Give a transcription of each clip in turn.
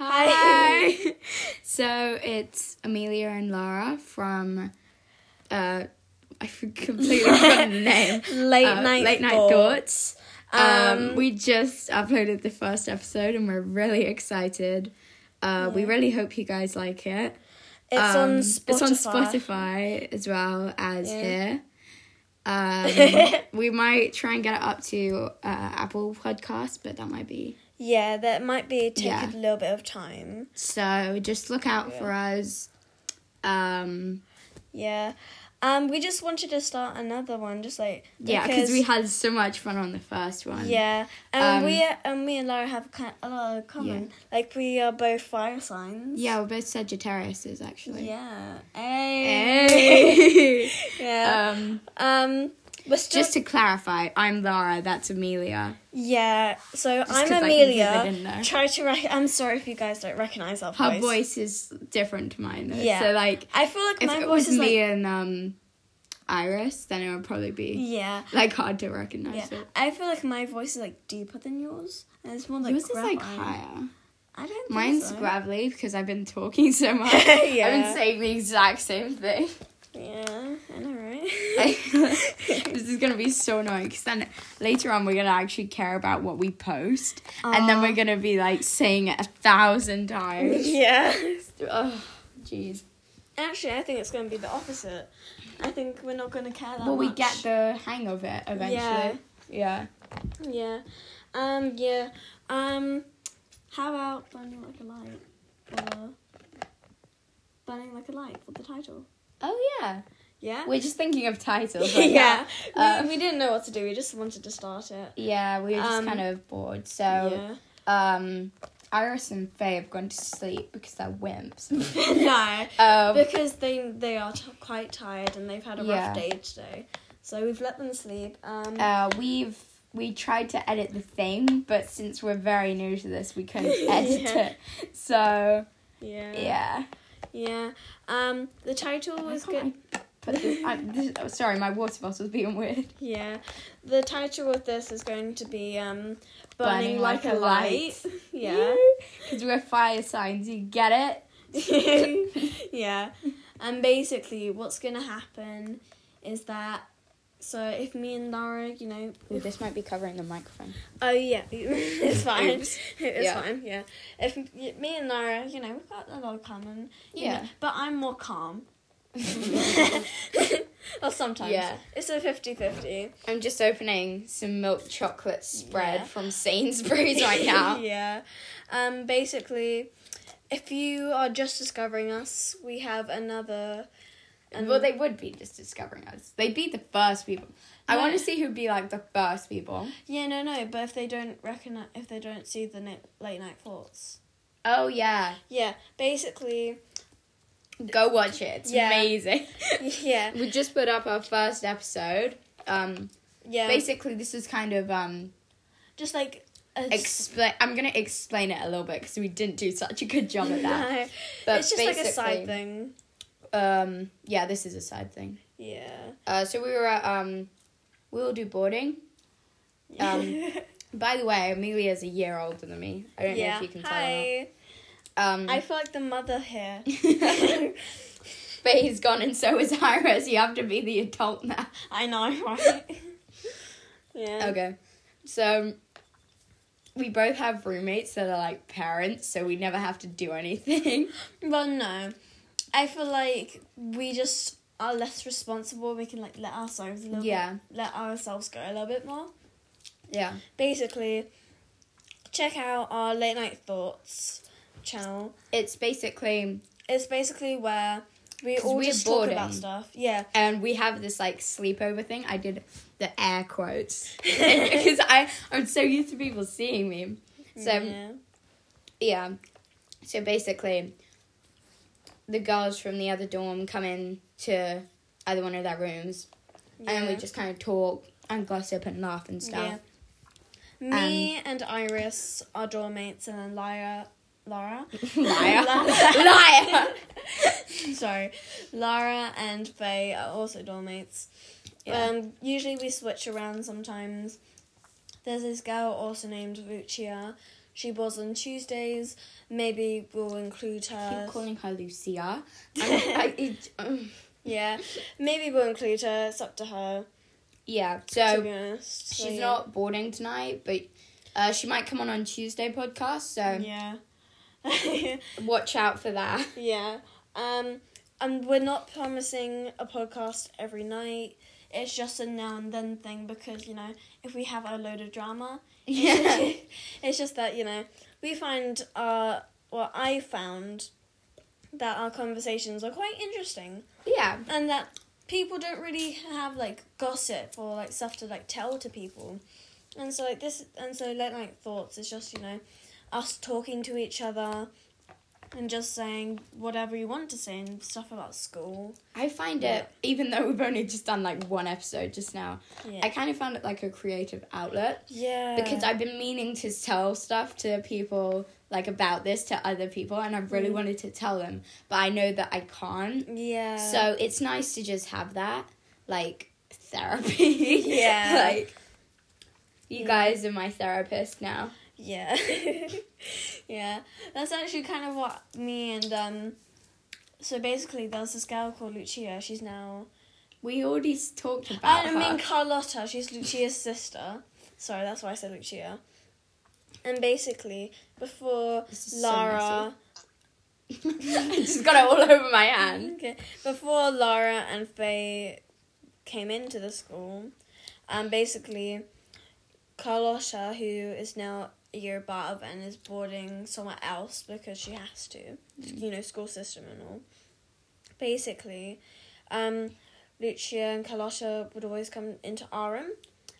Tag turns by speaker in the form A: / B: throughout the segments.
A: Hi. so it's Amelia and Lara from uh I for- completely forgot the name.
B: Late
A: Uh,
B: night
A: late night
B: thoughts.
A: Um, we just uploaded the first episode and we're really excited. Uh, We really hope you guys like it.
B: It's
A: Um,
B: on Spotify.
A: It's on Spotify as well as
B: Yeah.
A: here. Um, we might try and get it up to uh, Apple Podcasts, but that might be
B: Yeah, that might be take
A: Yeah.
B: a little bit of time.
A: so. Just look out for us. Um,
B: Yeah. Um, we just wanted to start another one, just like
A: yeah, because we had so much fun on the first one.
B: yeah, and
A: Um,
B: we and me and Laura have kind a lot of common. Like we are both fire signs.
A: yeah, we're both Sagittariuses actually.
B: Yeah. Hey.
A: Hey.
B: yeah.
A: um,
B: Um. We're still,
A: just to clarify, I'm Lara. That's Amelia.
B: yeah. So I'm
A: 'cause, like, in case
B: Amelia.
A: I didn't know.
B: Try to rec- I'm sorry if you guys don't recognize our
A: Her
B: voice.
A: voice is different to mine. Though.
B: Yeah.
A: So like,
B: I feel like
A: if
B: my
A: it
B: voice
A: was
B: is
A: me
B: like
A: and um, Iris, then it would probably be
B: yeah.
A: like hard to recognize
B: Yeah,
A: it.
B: I feel like my voice is like deeper than yours, and it's more like
A: Yours is like
B: gravelly.
A: higher.
B: I don't. Think
A: Mine's
B: so.
A: gravelly because I've been talking so much. I've been
B: Yeah.
A: saying the exact same thing.
B: Yeah, I know,
A: this
B: right?
A: is gonna be so annoying because then later on we're gonna actually care about what we post, and then
B: Uh.
A: we're gonna be like saying it a thousand times.
B: yeah.
A: oh, jeez.
B: Actually, I think it's going to be the opposite. I think we're not going to care that
A: Well, we
B: much.
A: get the hang of it eventually. Yeah.
B: Yeah. Um. Yeah. Um. How about burning like a light? Or burning like a light for the title.
A: Oh yeah.
B: Yeah.
A: We're just thinking of titles. right
B: yeah.
A: now. Uh,
B: we, we didn't know what to do. We just wanted to start it.
A: Yeah, we were just
B: Um,
A: kind of bored. So,
B: yeah.
A: um, Iris and Faye have gone to sleep because they're wimps.
B: no.
A: um,
B: because they they are t- quite tired and they've had a
A: Yeah.
B: rough day today. So we've let them sleep. Um,
A: uh, we've we tried to edit the thing, but since we're very new to this, we couldn't edit
B: Yeah.
A: it. So
B: yeah.
A: yeah,
B: Yeah. Um, the title was
A: Why
B: good.
A: can't I put this, I, this, oh, sorry, my water bottle's being weird.
B: Yeah. The title of this is going to be um, burning,
A: Burning
B: like,
A: like
B: a
A: a
B: light. yeah.
A: because we're fire signs. You get it?
B: yeah. And basically, what's gonna happen is that. So if me and Laura, you know,
A: Ooh, this might be covering the microphone.
B: oh yeah, it's fine,
A: Oops.
B: it's
A: Yeah.
B: fine, yeah. If m- me and Laura, you know, we've got a lot of common, you
A: Yeah.
B: know, but I'm more calm. or sometimes.
A: Yeah.
B: It's a 50 50.
A: I'm just opening some milk chocolate spread
B: Yeah.
A: from Sainsbury's right now.
B: yeah. Um, basically, if you are just discovering us, we have another. an-
A: well, they would be just discovering us. They'd be the first people. I
B: Yeah.
A: want to see who'd be like the first people.
B: Yeah, no, no, but if they don't recognize, if they don't see the ni- late night thoughts.
A: Oh yeah,
B: Yeah, basically,
A: go watch it. It's
B: Yeah.
A: amazing.
B: yeah,
A: we just put up our first episode. Um,
B: yeah.
A: basically, this is kind of um
B: just like a s-
A: explain. I'm gonna explain it a little bit because we didn't do such a good job at that.
B: No,
A: But
B: it's just like a
A: basically,
B: side thing.
A: Um, yeah, this is a side thing.
B: Yeah.
A: Uh, so we were at um, we will do boarding. Um, By the way, Amelia's a year older than me. I don't know if you can tell. Or
B: Hi.
A: not. Um,
B: I feel like the mother here.
A: Faye's gone and so is Iris. You have to be the adult now.
B: I know, right? yeah.
A: Okay. So we both have roommates that are like parents, so we never have to do anything.
B: Well, no. I feel like we just are less responsible. We can like let ourselves a little
A: Yeah.
B: bit, let ourselves go a little bit more.
A: Yeah.
B: Basically, check out our late night thoughts channel.
A: It's basically
B: It's basically where we
A: 'Cause
B: all
A: we're eh?
B: just talk about
A: boarding.
B: stuff. Yeah.
A: and we have this like sleepover thing. I did the air quotes because I I'm so used to people seeing me. So
B: yeah.
A: Yeah. So basically, the girls from the other dorm come in to either one of their rooms, and then we
B: Yeah.
A: just kind of talk and gossip and laugh and stuff.
B: Yeah. Me and Iris are dorm mates, and then Lyra, Lara,
A: Liar.
B: Liar.
A: Liar.
B: sorry, Lara and Faye are also dorm mates.
A: Yeah.
B: Um, usually we switch around sometimes. There's this girl also named Lucia. she was on Tuesdays. Maybe we'll include her.
A: Keep calling her Lucia. And I, it, um,
B: Yeah, maybe we'll include her. It's up to her.
A: yeah,
B: to be
A: so
B: honest, So,
A: she's
B: yeah.
A: not boarding tonight, but uh, she might come on on Tuesday podcast. So
B: Yeah.
A: watch out for that.
B: yeah. Um, and we're not promising a podcast every night. It's just a now and then thing because you know if we have a load of drama,
A: Yeah.
B: it's just that you know we find our well I found that our conversations are quite interesting
A: yeah.
B: and that people don't really have like gossip or like stuff to like tell to people and so like this and so like like thoughts is just you know us talking to each other and just saying whatever you want to say and stuff about school
A: I find
B: Yeah.
A: it, even though we've only just done like one episode just now,
B: yeah Uh.
A: I kind of found it like a creative outlet.
B: yeah
A: because I've been meaning to tell stuff to people like about this to other people and I really
B: Mm.
A: wanted to tell them, but I know that I can't.
B: yeah
A: so it's nice to just have that like therapy.
B: Yeah.
A: like you
B: Yeah.
A: guys are my therapist now.
B: Yeah. yeah. That's actually kind of what me and um so basically there's this girl called Lucia, she's now
A: We already s- talked about
B: I mean
A: her.
B: Carlotta, she's Lucia's sister. Sorry, that's why I said Lucia. And basically before
A: This is so
B: Lara
A: I just got it all over my hand.
B: Okay. Before Laura and Faye came into the school, um, basically, Carlotta, who is now a year above and is boarding somewhere else because she has to, you know, school system and all. Basically, um, Lucia and Carlotta would always come into our room.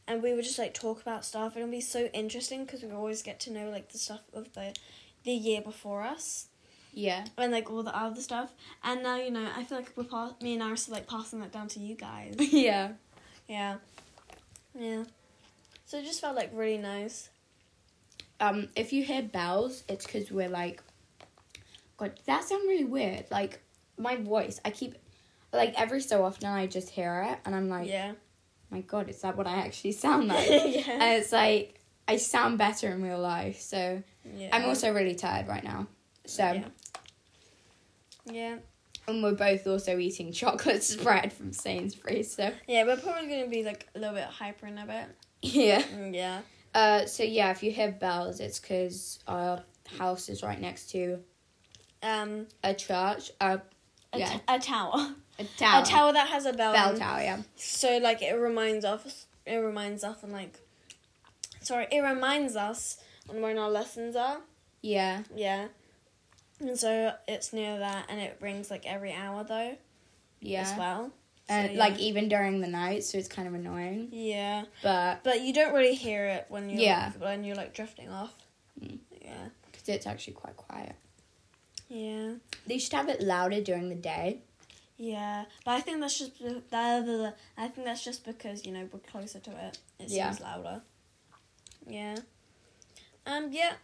B: And we would just like talk about stuff, and it'd be so interesting because we always get to know like the stuff of the, the year before us
A: Yeah.
B: and like all the other stuff. And now you know, I feel like we're pa- me and Iris are like passing that down to you guys.
A: Yeah.
B: yeah, yeah. So it just felt like really nice.
A: Um if you hear bells, it's cuz we're like God, that sounds really weird. Like my voice, I keep like every so often I just hear it and I'm like,
B: yeah,
A: my God, is that what I actually sound like?
B: yeah.
A: and it's like I sound better in real life, so
B: yeah.
A: I'm also really tired right now. So
B: yeah. yeah,
A: and we're both also eating chocolate spread from Sainsbury's. So
B: yeah. We're probably gonna be like a little bit hyper in a bit.
A: yeah.
B: Mm, Yeah,
A: Uh, so yeah, if you hear bells, it's because our house is right next to
B: um,
A: a church, a
B: a,
A: Yeah.
B: t- a tower,
A: a tower,
B: a tower that has a bell.
A: bell
B: on.
A: tower. Yeah.
B: So like it reminds us, it reminds us, and like, sorry, it reminds us on when our lessons are.
A: Yeah.
B: Yeah. And so it's near that, and it rings like every hour though as
A: Yeah.
B: well.
A: And
B: So, yeah.
A: like even during the night, so it's kind of annoying.
B: Yeah,
A: But
B: but you don't really hear it when you're
A: Yeah.
B: when you're like drifting off.
A: Mm.
B: Yeah,
A: because it's actually quite quiet.
B: yeah,
A: They should have it louder during the day.
B: yeah. But I think that's just be- that. that- I think that's just because you know we're closer to it. It
A: Yeah.
B: seems louder. Yeah. Um. Yeah.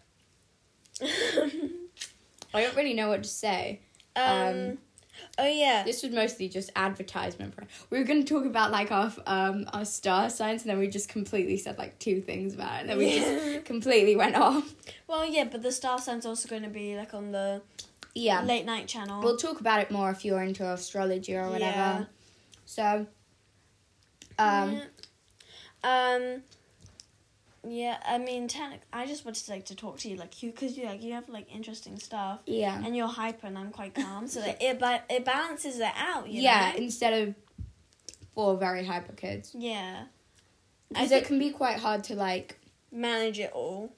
A: I don't really know what to say.
B: um,
A: Um,
B: Oh yeah.
A: This was mostly just advertisement. For, we were going to talk about like our um our star signs, and then we just completely said like two things about it, and then we
B: Yeah.
A: just completely went off.
B: Well, yeah, but the star sign's also going to be like on the
A: Yeah,
B: late night channel.
A: we'll talk about it more if you're into astrology or whatever.
B: Yeah.
A: So, um,
B: Yeah. um, yeah. I mean, technic- I just wanted like to talk to you, like you, because you like you have like interesting stuff,
A: yeah,
B: and you're hyper, and I'm quite calm, so that it but it balances it out. You
A: yeah.
B: know?
A: Instead of four very hyper kids,
B: yeah. I
A: because
B: think
A: it can be quite hard to like
B: manage it all.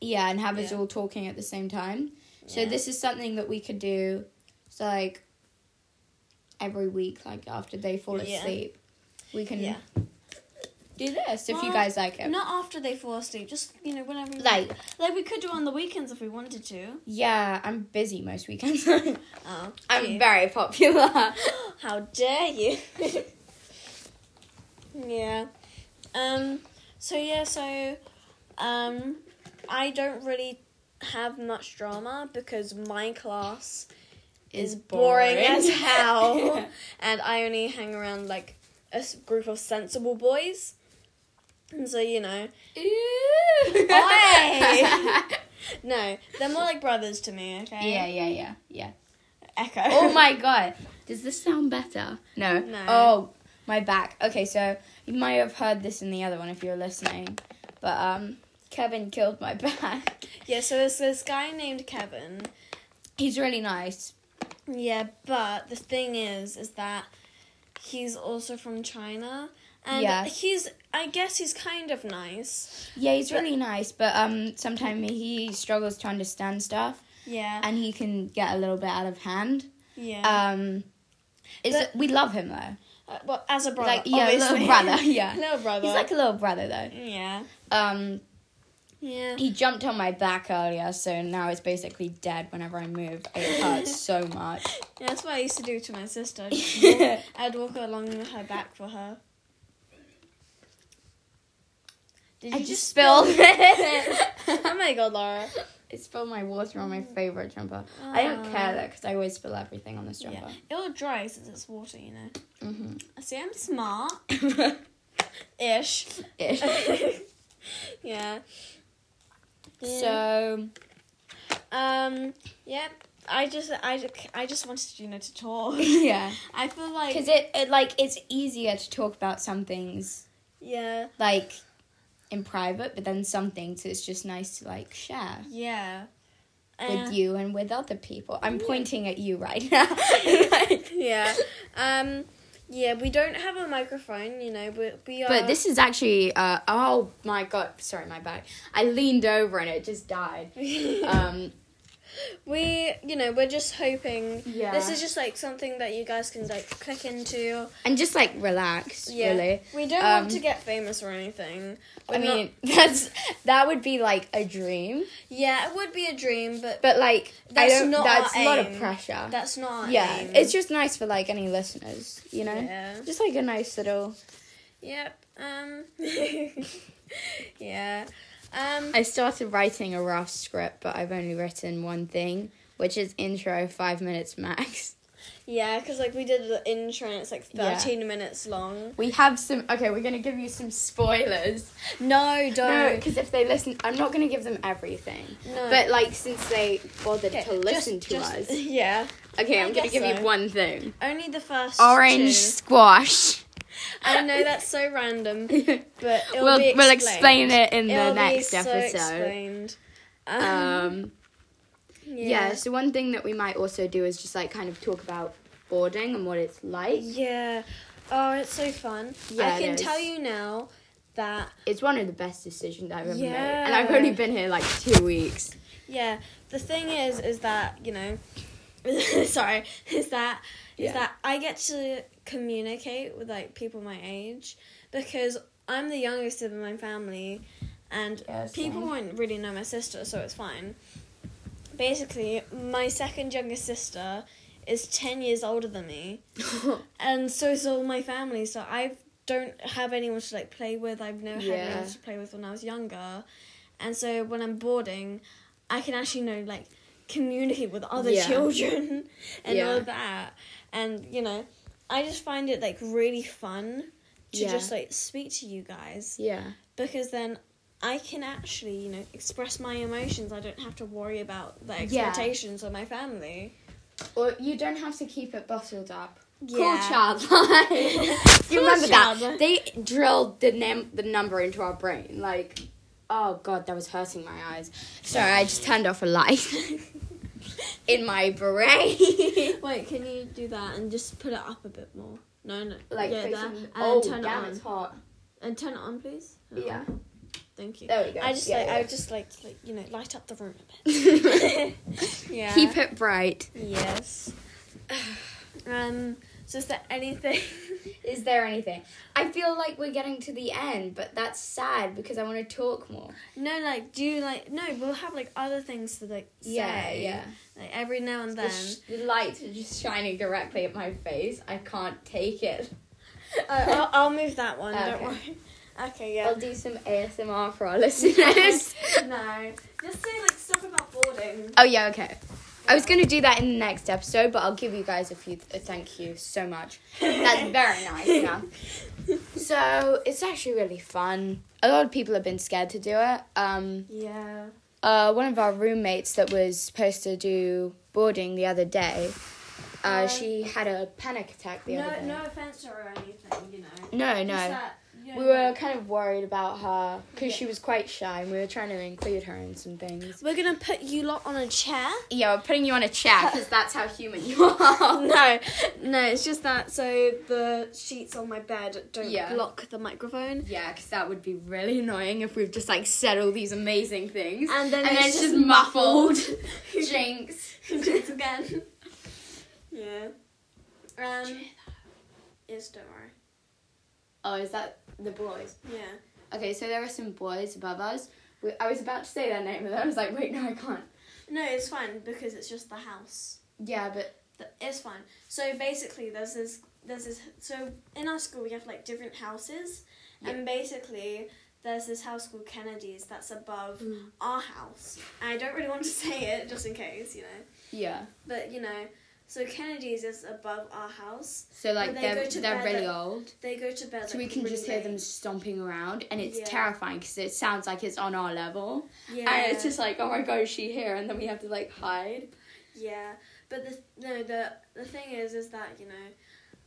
A: yeah, and have us
B: Yeah.
A: all talking at the same time. So
B: Yeah.
A: this is something that we could do. So like every week, like after they fall
B: Yeah.
A: asleep, we can
B: Yeah.
A: do this if you
B: Well,
A: guys like it.
B: Not after they fall asleep, just you know whenever. we-
A: Like
B: like we could do on the weekends if we wanted to.
A: yeah, I'm busy most weekends.
B: Oh,
A: I'm
B: cute.
A: very popular.
B: How dare you? yeah. Um so yeah, so um I don't really have much drama because my class is boring, as hell and I only hang around like a s- group of sensible boys. And so, you know,
A: Ooh.
B: Oi. No, they're more like brothers to me, okay?
A: Yeah, yeah, yeah, yeah.
B: Echo.
A: Oh my god. Does this sound better? No.
B: No.
A: Oh, my back. Okay, so you might have heard this in the other one if you're listening. But um Kevin killed my back.
B: Yeah, so there's this guy named Kevin.
A: He's really nice.
B: Yeah, but the thing is, is that he's also from China. And
A: Yeah.
B: he's, I guess he's kind of nice.
A: Yeah, he's
B: But-
A: really nice, but um sometimes he struggles to understand stuff
B: Yeah.
A: and he can get a little bit out of hand.
B: yeah.
A: Um is
B: But-
A: we love him though.
B: Uh, well, as a brother.
A: like, yeah,
B: obviously.
A: little brother, yeah.
B: little brother.
A: He's like a little brother though.
B: yeah.
A: Um
B: Yeah.
A: he jumped on my back earlier, so now it's basically dead whenever I move. It hurts so much.
B: Yeah, that's what I used to do to my sister. I'd just walk- I'd walk along her back for her. Did
A: I just spilled it.
B: oh my god, Laura.
A: It spilled my water on my
B: Mm.
A: favorite jumper. I don't care though, because I always spill everything on this
B: Uh-huh. Yeah.
A: jumper.
B: Oh. It will dry since it's water, you know.
A: hmm
B: See, I'm smart.
A: Mm-hmm.
B: Ish. yeah. So
A: so
B: um yeah, I just I, ju- I just wanted you know to talk.
A: yeah,
B: I feel like
A: because it, it like it's easier to talk about some things
B: yeah
A: like in private, but then some things it's just nice to like share
B: yeah
A: with
B: Uh,
A: you and with other people. I'm pointing at you right now.
B: yeah. Um. Yeah, we don't have a microphone, you know, but we are.
A: But this is actually uh, oh my god, sorry my back. I leaned over and it just died. Um,
B: we, you know, we're just hoping.
A: Yeah.
B: This is just like something that you guys can like click into.
A: and just like relax,
B: Yeah.
A: really.
B: We don't
A: Um,
B: want to get famous or anything. We're
A: I
B: not-
A: mean, that's that would be like a dream,
B: yeah, it would be a dream, but
A: but like
B: That's
A: I don't,
B: not
A: that's
B: our
A: a lot of
B: aim.
A: pressure.
B: that's not. our
A: yeah,
B: aim.
A: it's just nice for like any listeners, you know.
B: Yeah.
A: Just like a nice little.
B: Yep. Um. yeah. Um.
A: I started writing a rough script, but I've only written one thing, which is intro five minutes max.
B: Yeah, because like we did the intro, and it's like
A: Yeah.
B: thirteen minutes long.
A: We have some. Okay, we're gonna give you some spoilers.
B: No,
A: No,
B: don't.
A: because if they listen, I'm not going to give them everything.
B: No.
A: But like, since they bothered
B: Okay,
A: to listen
B: just-
A: to
B: just-
A: us,
B: Yeah.
A: okay,
B: I
A: I'm going to
B: guess
A: give
B: so.
A: you one thing:
B: Only the first
A: orange
B: two.
A: squash.
B: I know that's so random, but
A: we'll
B: it'll
A: we'll
B: be
A: explain it in the
B: It'll be
A: next
B: so
A: episode.
B: explained.
A: Um, yeah.
B: yeah.
A: So one thing that we might also do is just like kind of talk about boarding and what it's like.
B: Yeah. Oh, it's so fun.
A: Yeah,
B: I
A: it
B: can
A: is.
B: tell you now that
A: It's one of the best decisions I've ever made, and
B: Yeah.
A: I've only been here like two weeks.
B: yeah. The thing is, is that you know, sorry, is that is
A: Yeah.
B: that I get to communicate with like people my age because I'm the youngest of my family, and
A: Yeah, that's
B: people
A: fine.
B: won't really know my sister, so it's fine. Basically, my second youngest sister is ten years older than me, and so is all my family. So I don't have anyone to like play with. I've never had
A: Yeah.
B: anyone to play with when I was younger, and so when I'm boarding, I can actually you know like communicate with other
A: Yeah.
B: children and all
A: Yeah.
B: that. And you know, I just find it like really fun to
A: Yeah.
B: just like speak to you guys
A: yeah.
B: because then. I can actually, you know, express my emotions. I don't have to worry about the
A: Yeah.
B: expectations of my family.
A: Or you don't have to keep it bottled up.
B: Yeah.
A: Cool childline. you
B: Cool
A: remember that?
B: child.
A: They drilled the num- the number into our brain. Like, oh god, that was hurting my eyes. Sorry, I just turned off a light in my brain.
B: Wait, can you do that and just put it up a bit more? No, no.
A: like,
B: yeah,
A: facing-
B: there. and
A: oh
B: turn
A: damn,
B: it
A: it's
B: on.
A: hot.
B: And turn it on, please. Turn it
A: Yeah.
B: on. Thank you.
A: There we go.
B: I just
A: Yeah,
B: like
A: yeah.
B: I would just like to, like you know light up the room a bit. yeah.
A: Keep it bright.
B: Yes. um. So is there anything?
A: Is there anything? I feel like we're getting to the end, but that's sad because I want to talk more.
B: no, like do you like no? We'll have like other things to like say.
A: Yeah, yeah.
B: Like every now and
A: The,
B: then.
A: sh- the lights are just shining directly at my face. I can't take it.
B: Oh, I'll, I'll move that one. Don't
A: Okay.
B: worry. Okay. Yeah.
A: I'll do some ASMR for our listeners.
B: no. Just say like stuff about boarding.
A: Oh yeah, okay. I was gonna do that in the next episode, but I'll give you guys a few. A thank you so much. That's very nice. Yeah. So it's actually really fun. A lot of people have been scared to do it. Um,
B: Yeah.
A: uh, one of our roommates that was supposed to do boarding the other day, uh,
B: Um,
A: she had a panic attack the other
B: No,
A: day.
B: no offense to her or anything, you know.
A: no, no.
B: Just that, you
A: we
B: know,
A: were kind of worried about her because
B: Yeah.
A: she was quite shy, and we were trying to include her in some things.
B: We're gonna put you lot on a chair.
A: Yeah, we're putting you on a chair because that's how human you are.
B: no, no, it's just that so the sheets on my bed don't
A: Yeah.
B: block the microphone.
A: Yeah, because that would be really annoying if we've just like said all these amazing things
B: And then
A: and then
B: it's
A: it's
B: just
A: just muffled. Jinx.
B: Jinx again. Yeah. Um. Yes, don't worry.
A: Oh, is that the boys?
B: Yeah.
A: Okay, so there were some boys above us. We, I was about to say their name, but then I was like, wait, no, I can't.
B: No, it's fine because it's just the house.
A: Yeah, but
B: Th- It's fine. So basically, there's this, there's this. So in our school, we have like different houses, and basically, there's this house called Kennedy's that's above
A: Mm.
B: our house. And I don't really want to say it just in case, you know.
A: yeah.
B: But you know, so Kennedy's is above our house.
A: So like
B: they
A: they
B: go
A: are
B: to
A: they're
B: bed
A: really
B: at-
A: old,
B: They go to bed.
A: so we
B: like,
A: can just hear
B: really
A: them
B: late.
A: stomping around, and it's
B: Yeah.
A: terrifying because it sounds like it's on our level,
B: Yeah.
A: and it's just like, oh my god, is she here? And then we have to like hide.
B: Yeah, but the no the the thing is is that you know,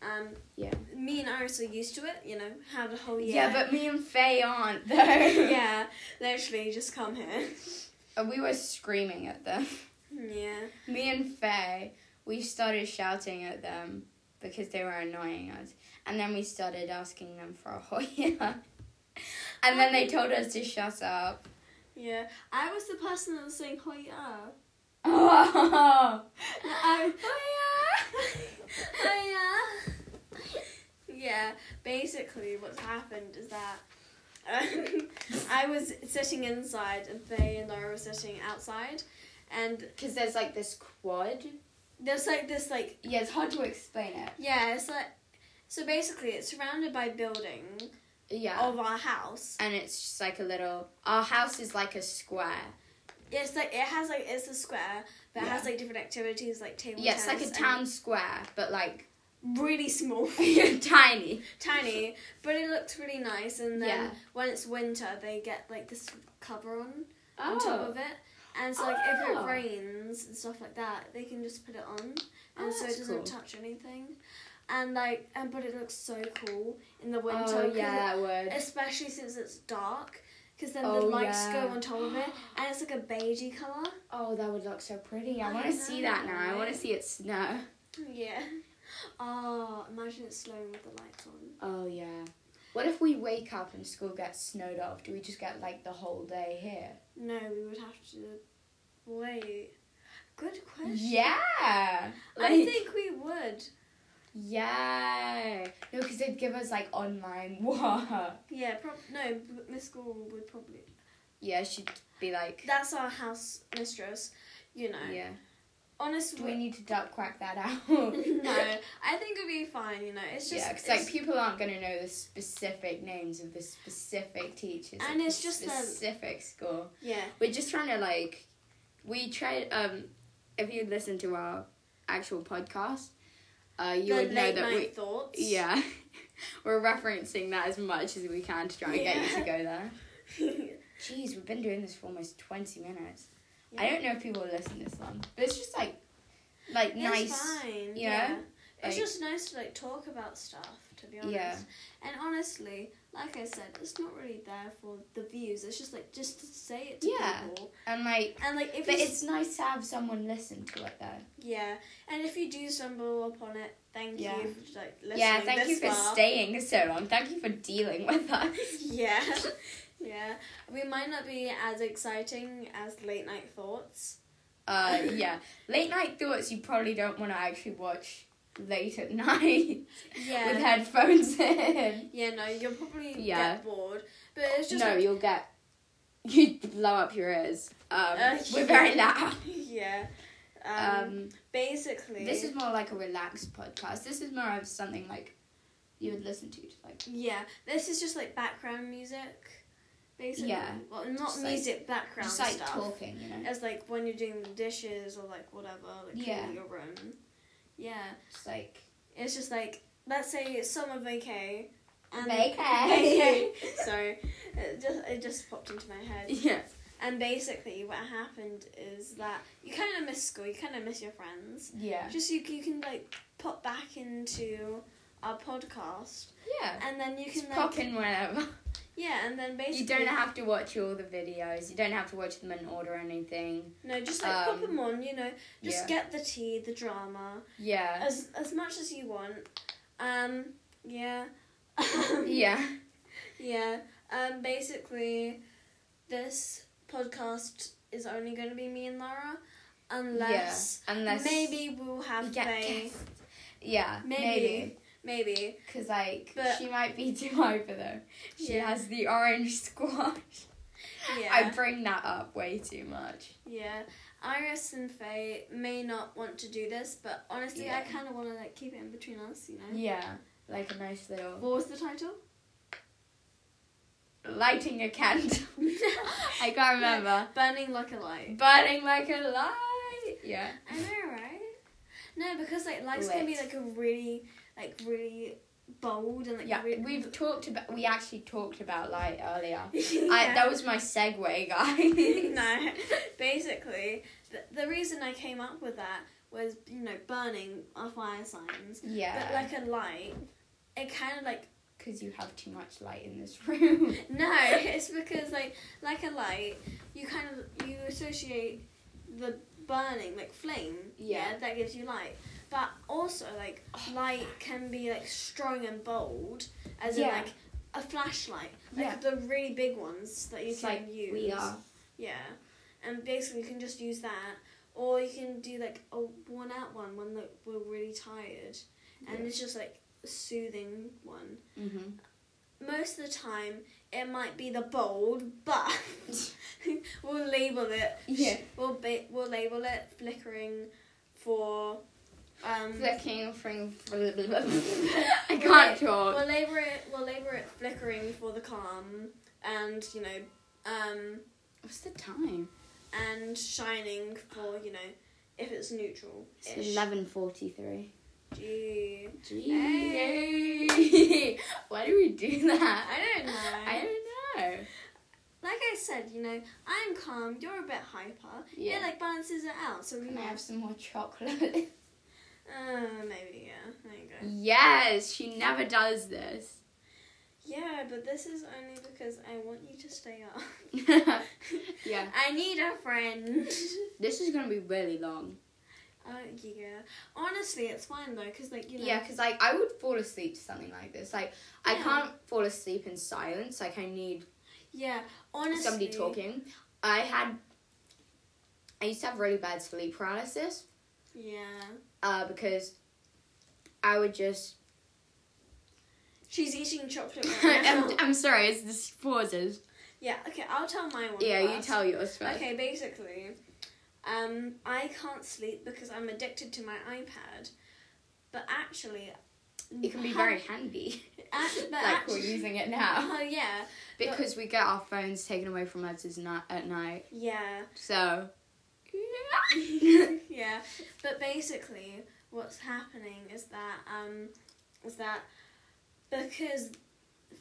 B: um,
A: Yeah.
B: me and Iris are used to it. You know, how the whole year.
A: Yeah, but me and Faye aren't though.
B: yeah, literally just come here.
A: And we were screaming at them.
B: Yeah,
A: Me and Faye, we started shouting at them because they were annoying us. And then we started asking them for a Hoya. and then they told us to shut up.
B: yeah. I was the person that was saying Hoya.
A: Oh,
B: I,
A: Hoya!
B: Hoya. Oh, Yeah, basically what's happened is that. Um, I was sitting inside, and Faye and Laura were sitting outside, and
A: Because there's like this quad.
B: there's like this like
A: Yeah, it's hard to explain it.
B: Yeah, it's like so basically it's surrounded by building
A: Yeah.
B: of our house.
A: Oh. And it's just like a little. Our house is like a square.
B: It's like it has like it's a square, but it has
A: Yeah.
B: like different activities like table.
A: Yeah, it's like a
B: tennis
A: town square, but like
B: and really small,
A: tiny.
B: tiny, but it looks really nice. And then
A: Yeah.
B: when it's winter, they get like this cover on on top of it. And so like if
A: Oh.
B: it rains and stuff like that, they can just put it on, and
A: Oh,
B: so it
A: that's
B: doesn't
A: cool.
B: touch anything. And like, and but it looks so cool in the winter.
A: Oh,
B: 'cause
A: yeah, that would.
B: especially since it's dark because then the
A: Oh,
B: lights
A: yeah.
B: go on top of it and it's like a beigey color
A: Oh, that would look so pretty. I,
B: I
A: want to see Oh, that now. I
B: know.
A: want to see it snow.
B: yeah oh imagine it's snowing with the lights on
A: Oh, yeah. What if we wake up and school gets snowed off? Do we just get like the whole day here?
B: no we would have to wait good question
A: Yeah. Like,
B: i think we would
A: yeah. No, because they'd give us like online work.
B: yeah prob- no b- miss school would probably
A: Yeah, she'd be like,
B: that's our house mistress you know
A: yeah. Do we
B: honestly
A: need to duck quack that out?
B: no i think it'd be fine you know it's just
A: yeah, because
B: it's-
A: like people aren't gonna know the specific names of the specific teachers, at
B: And
A: the
B: it's just, um,
A: specific school.
B: yeah
A: We're just trying to like, we tried. Um, if you listen to our actual podcast, uh, you
B: the
A: would know
B: late
A: that
B: night
A: we,
B: thoughts
A: yeah, we're referencing that as much as we can to try and get you to
B: Yeah.
A: go there. Jeez, we've been doing this for almost twenty minutes. I
B: Yeah.
A: don't know if people will listen this long, but it's just like, like
B: It's
A: nice.
B: fine.
A: you
B: Yeah.
A: know? Like-
B: it's just nice to like talk about stuff, to be honest.
A: Yeah.
B: And honestly, like I said, it's not really there for the views. It's just like just to say it to
A: Yeah.
B: people.
A: and like,
B: And like if
A: but
B: you,
A: it's nice to have someone listen to it though.
B: yeah, and if you do stumble upon it, thank
A: Yeah.
B: you for like listening
A: Yeah, thank
B: this
A: you for
B: far.
A: staying so long. Thank you for dealing with us.
B: Yeah. Yeah. We might not be as exciting as late night thoughts.
A: Uh, yeah, late night thoughts you probably don't want to actually watch late at night
B: Yeah.
A: with headphones in.
B: yeah, no, you'll probably
A: Yeah.
B: get bored. But it's just
A: No,
B: like,
A: you'll get you blow up your ears. Um,
B: Uh,
A: we're very loud.
B: yeah. Um,
A: Um,
B: basically
A: this is more like a relaxed podcast. This is more of something like you would listen to to like
B: Yeah, this is just like background music, basically.
A: Yeah,
B: Well, not
A: just, like-
B: music, background
A: just like
B: stuff.
A: talking, you know,
B: As like when you're doing the dishes or like whatever, like
A: Yeah.
B: in your room. Yeah,
A: just like
B: it's just like let's say it's summer vacay.
A: Vacay.
B: Vacay. Sorry, it just it just popped into my head.
A: yeah.
B: And basically, what happened is that you kind of miss school. You kind of miss your friends.
A: Yeah.
B: Just you, you can like pop back into our podcast,
A: Yeah.
B: and then you can
A: Just
B: like
A: pop in whenever.
B: yeah, and then basically
A: You don't have to watch all the videos. You don't have to watch them in order or anything.
B: no, just like
A: um,
B: pop them on. You know, just
A: yeah.
B: get the tea, the drama,
A: Yeah.
B: as as much as you want. Um, yeah. Um,
A: Yeah.
B: Yeah. Um basically this podcast is only gonna be me and Laura unless,
A: yeah. Unless
B: maybe we'll have
A: we get
B: Faye.
A: guests. Yeah.
B: Maybe. Maybe.
A: Because, like,
B: But-
A: she might be too hyper, though. She
B: Yeah.
A: has the orange squash.
B: Yeah.
A: I bring that up way too much.
B: yeah. Iris and Faye may not want to do this, but honestly I
A: Yeah.
B: kinda wanna like keep it in between us, you know.
A: Yeah. Like a nice little.
B: What was the title?
A: Lighting a candle. I can't remember.
B: Burning like a light.
A: Burning like a light. Yeah.
B: I know, right? No, because like lights can be
A: Lit.
B: like a really like really bold and like
A: Yeah,
B: really
A: we've talked about. We actually talked about light earlier. I,
B: Yeah.
A: that was my segue, guys.
B: no, basically, the, the reason I came up with that was, you know, burning our fire signs. But
A: Yeah,
B: like a light, it kind of like.
A: because you have too much light in this room.
B: No, it's because, like, like a light, you kind of. You associate the burning, like flame.
A: Yeah.
B: That gives you light. But also, like, light can be, like, strong and bold, as in,
A: Yeah.
B: like, a flashlight. Like,
A: Yeah.
B: the really big ones that you
A: It's
B: can
A: like
B: use.
A: we are.
B: Yeah, and basically you can just use that, or you can do like a worn out one when like, we're really tired, and
A: Yeah.
B: it's just like a soothing one.
A: Mm-hmm.
B: Most of the time, it might be the bold, but we'll label it.
A: Yeah.
B: we'll ba- we'll label it flickering for. Um,
A: Flicking, fling, fl- blah, blah, blah. I
B: We'll
A: can't
B: la-
A: talk.
B: We'll label it. We'll label it flickering for the calm, and you know, um,
A: What's the time?
B: and shining for you know, if it's neutral.
A: It's eleven forty-three.
B: Gee.
A: Hey. Why do we do that?
B: I don't know.
A: I don't know.
B: like I said, you know, I'm calm. You're a bit hyper.
A: Yeah.
B: It like balances it out. So we
A: Can I have some more chocolate?
B: Uh, maybe yeah. There you go.
A: yes, she never does this.
B: Yeah, but this is only because I want you to stay up.
A: yeah,
B: I need a friend.
A: this is gonna be really long.
B: Oh yeah. Honestly, it's fine though, cause like you know.
A: Yeah, because like I would fall asleep to something like this. Like I
B: Yeah.
A: can't fall asleep in silence. Like I need
B: Yeah. Honestly.
A: somebody talking. I had. I used to have really bad sleep paralysis
B: Yeah.
A: uh, because I would just.
B: She's eating chocolate right now.
A: I'm, I'm sorry, it's this pauses.
B: yeah. Okay, I'll tell my one.
A: Yeah, you
B: first.
A: tell yours first.
B: Okay, basically, um, I can't sleep because I'm addicted to my iPad. But actually,
A: It can be
B: ha-
A: very handy.
B: act- but
A: like we're
B: actu-
A: using it now.
B: Oh yeah,
A: Because we get our phones taken away from us is not at night.
B: yeah,
A: So.
B: yeah. But basically, what's happening is that um, is that because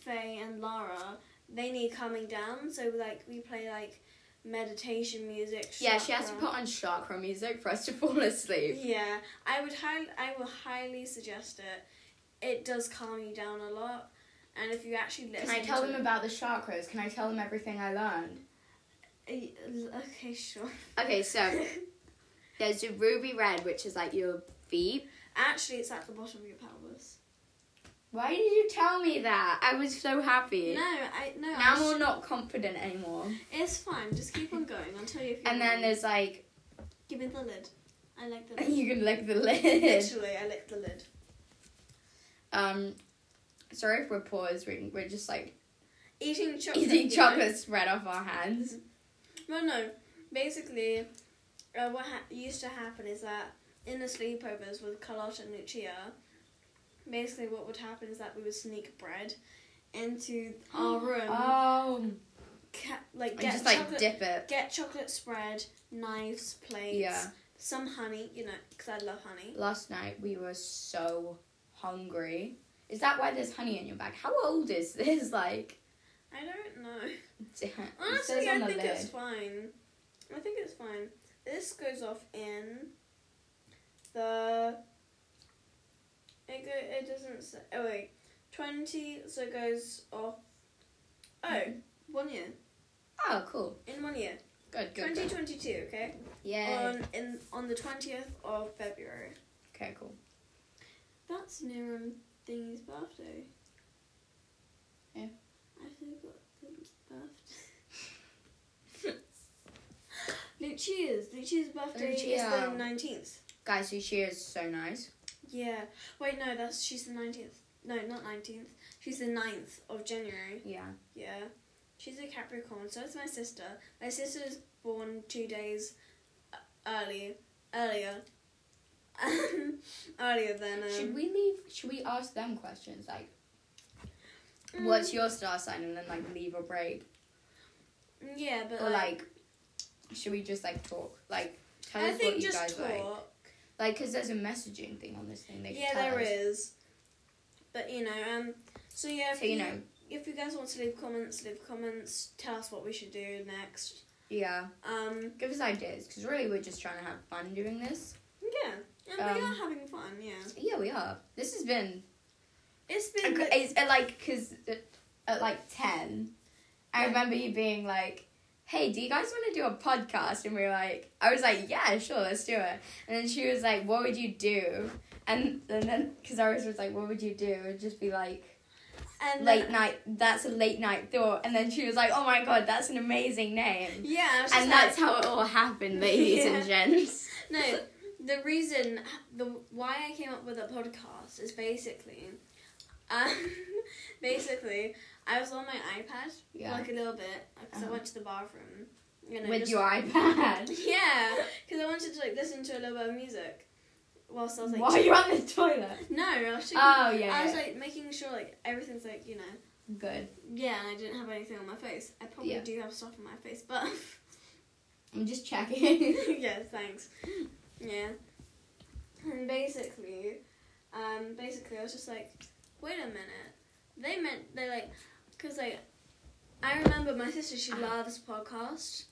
B: Faye and Lara they need calming down, so like we play like meditation music.
A: Yeah, she has to
B: chakra.
A: put on chakra music for us to fall asleep.
B: Yeah, I would highly, I will highly suggest it. It does calm you down a lot, and if you actually listen,
A: Can I tell
B: to
A: them about the chakras? Can I tell them everything I learned?
B: Uh, Okay, sure.
A: Okay, so there's the ruby red, which is like your feet.
B: actually, it's at the bottom of your pelvis.
A: Why did you tell me that? I was so happy.
B: No, I no.
A: now
B: I
A: I'm all
B: sh-
A: not confident anymore.
B: It's fine. Just keep on going until you. feel
A: And then
B: ready.
A: there's like
B: give me the lid. I like the lid.
A: you can lick the lid.
B: Literally, I licked the lid.
A: Um, sorry if we're paused. We're, we're just like
B: Eating chocolate. you
A: eating
B: know.
A: chocolate spread off our hands.
B: Well, no. Basically, uh, what ha- used to happen is that in the sleepovers with Carlotta and Lucia, basically what would happen is that we would sneak bread into our room,
A: Oh,
B: ca- like
A: and
B: get
A: just like
B: chocolate,
A: dip it.
B: get chocolate spread, knives, plates,
A: Yeah.
B: some honey. You know, because I love honey.
A: Last night we were so hungry. Is that why there's honey in your bag? How old is this? Like,
B: I don't know.
A: It says
B: Honestly,
A: on the
B: I think
A: lid.
B: it's fine. I think it's fine. This goes off in the. It go, It doesn't say. Oh wait, twenty. So it goes off. Oh, one year
A: Oh, cool.
B: in one year,
A: Mm-hmm. Good, good.
B: twenty
A: good.
B: twenty two. Okay,
A: Yeah.
B: on in on the twentieth of February.
A: Okay, cool.
B: That's near um, Thingy's birthday.
A: Yeah.
B: I forgot the birthday. Lucia's Lucia's birthday is
A: Lucia.
B: the nineteenth.
A: Guys, Lucia is so nice.
B: Yeah. Wait, no, that's she's the nineteenth. No, not nineteenth. She's the 9th of January.
A: Yeah.
B: Yeah. She's a Capricorn. So is my sister. My sister was born two days uh, early, earlier, earlier than. Um,
A: Should we leave? Should we ask them questions like,
B: Mm.
A: what's your star sign, and then like leave a break,
B: Yeah, but
A: or
B: like
A: like, should we just like talk? Like, tell
B: I
A: us
B: think
A: what you
B: just
A: guys
B: talk.
A: like. Like, cause there's a messaging thing on this thing. They
B: yeah,
A: there
B: there
A: is.
B: is. But you know, um, so yeah, if
A: So you know,
B: if you guys want to leave comments, leave comments. Tell us what we should do next.
A: yeah,
B: Um,
A: give us ideas, cause really we're just trying to have fun doing this.
B: yeah, and we
A: Um,
B: are having fun. Yeah,
A: Yeah, we are. This has been.
B: it's been. the-
A: It's at like, cause at, at like ten, I
B: Yeah.
A: remember you being like. Hey, do you guys want to do a podcast? And we were like, I was like, yeah, sure, let's do it. And then she was like, what would you do? And, and then, because I was just like, what would you do? It would just be like,
B: and then-
A: late night, that's a late night thought. And then she was like, oh my god, that's an amazing name.
B: Yeah, I was just
A: And that's
B: like-
A: how it all happened, ladies and gents.
B: no. The reason the why I came up with a podcast is basically, um, basically I was on my iPad
A: Yeah.
B: like a little bit because I
A: Uh-huh.
B: went to the bathroom. You know,
A: With
B: just-
A: your iPad.
B: Yeah, because I wanted to like listen to a little bit of music whilst I was like.
A: While you're on the toilet.
B: No, I was checking.
A: Oh, yeah,
B: I was
A: yeah.
B: like making sure like everything's like you know.
A: Good.
B: Yeah, and I didn't have anything on my face. I probably
A: Yeah.
B: do have stuff on my face, but
A: I'm just checking.
B: yeah, thanks. Yeah, and basically, um, basically I was just like, wait a minute. They meant they like, cause like, I remember my sister she
A: Uh-huh.
B: loves podcasts.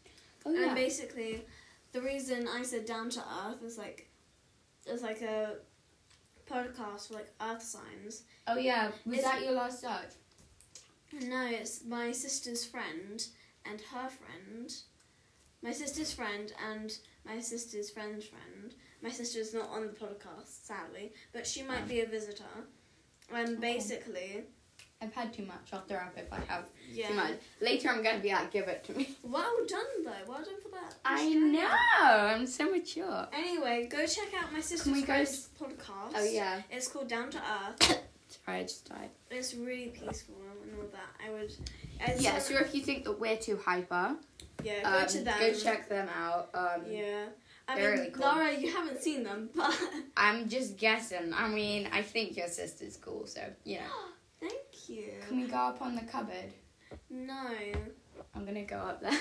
A: Oh,
B: And
A: yeah.
B: basically, the reason I said down to earth is like, is like a podcast for like earth signs.
A: oh, yeah. Was
B: It's-
A: that your last search?
B: No, it's my sister's friend and her friend. My sister's friend and my sister's friend's friend. My sister is not on the podcast, sadly, but she might
A: Oh.
B: be a visitor. And basically,
A: I've had too much. I'll throw up if I have
B: yeah.
A: too much. Later, I'm going to be like, give it to me.
B: Well done though. Well done for that.
A: I know. I'm so mature.
B: Anyway, go check out my sister's
A: we go
B: friend's podcast.
A: Oh, yeah.
B: It's called Down to Earth.
A: Sorry, I just died.
B: It's really peaceful and all that. I would. I just
A: Yeah,
B: wanna-
A: so if you think that we're too hyper,
B: yeah. Go
A: um,
B: to them.
A: go check them out. Um,
B: Yeah. I
A: They're
B: mean,
A: really cool.
B: Laura, you haven't seen them, but
A: I'm just guessing. I mean, I think your sister's cool, so you know.
B: thank you.
A: Can we go up on the cupboard?
B: No,
A: I'm gonna go up there.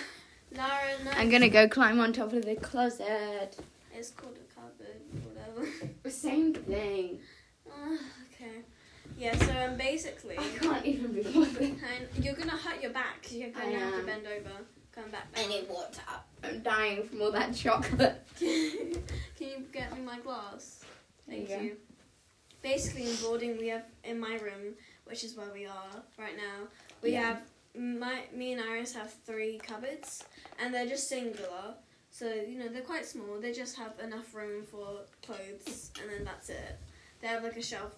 B: Laura, no.
A: I'm gonna go climb on top of the closet.
B: It's called a cupboard, whatever.
A: Same thing.
B: Ugh, okay. Yeah. So um, basically,
A: I can't even be bothered.
B: and you're gonna hurt your back. You're
A: I
B: gonna have to
A: am.
B: bend over. Come back.
A: I
B: down.
A: need water. I'm dying from all that chocolate.
B: Can you get me my glass?
A: There you
B: Thank
A: go.
B: you. Basically, in boarding, we have in my room, which is where we are right now. We
A: Yeah.
B: have my me and Iris have three cupboards, and they're just singular. So you know they're quite small. They just have enough room for clothes, and then that's it. They have like a shelf.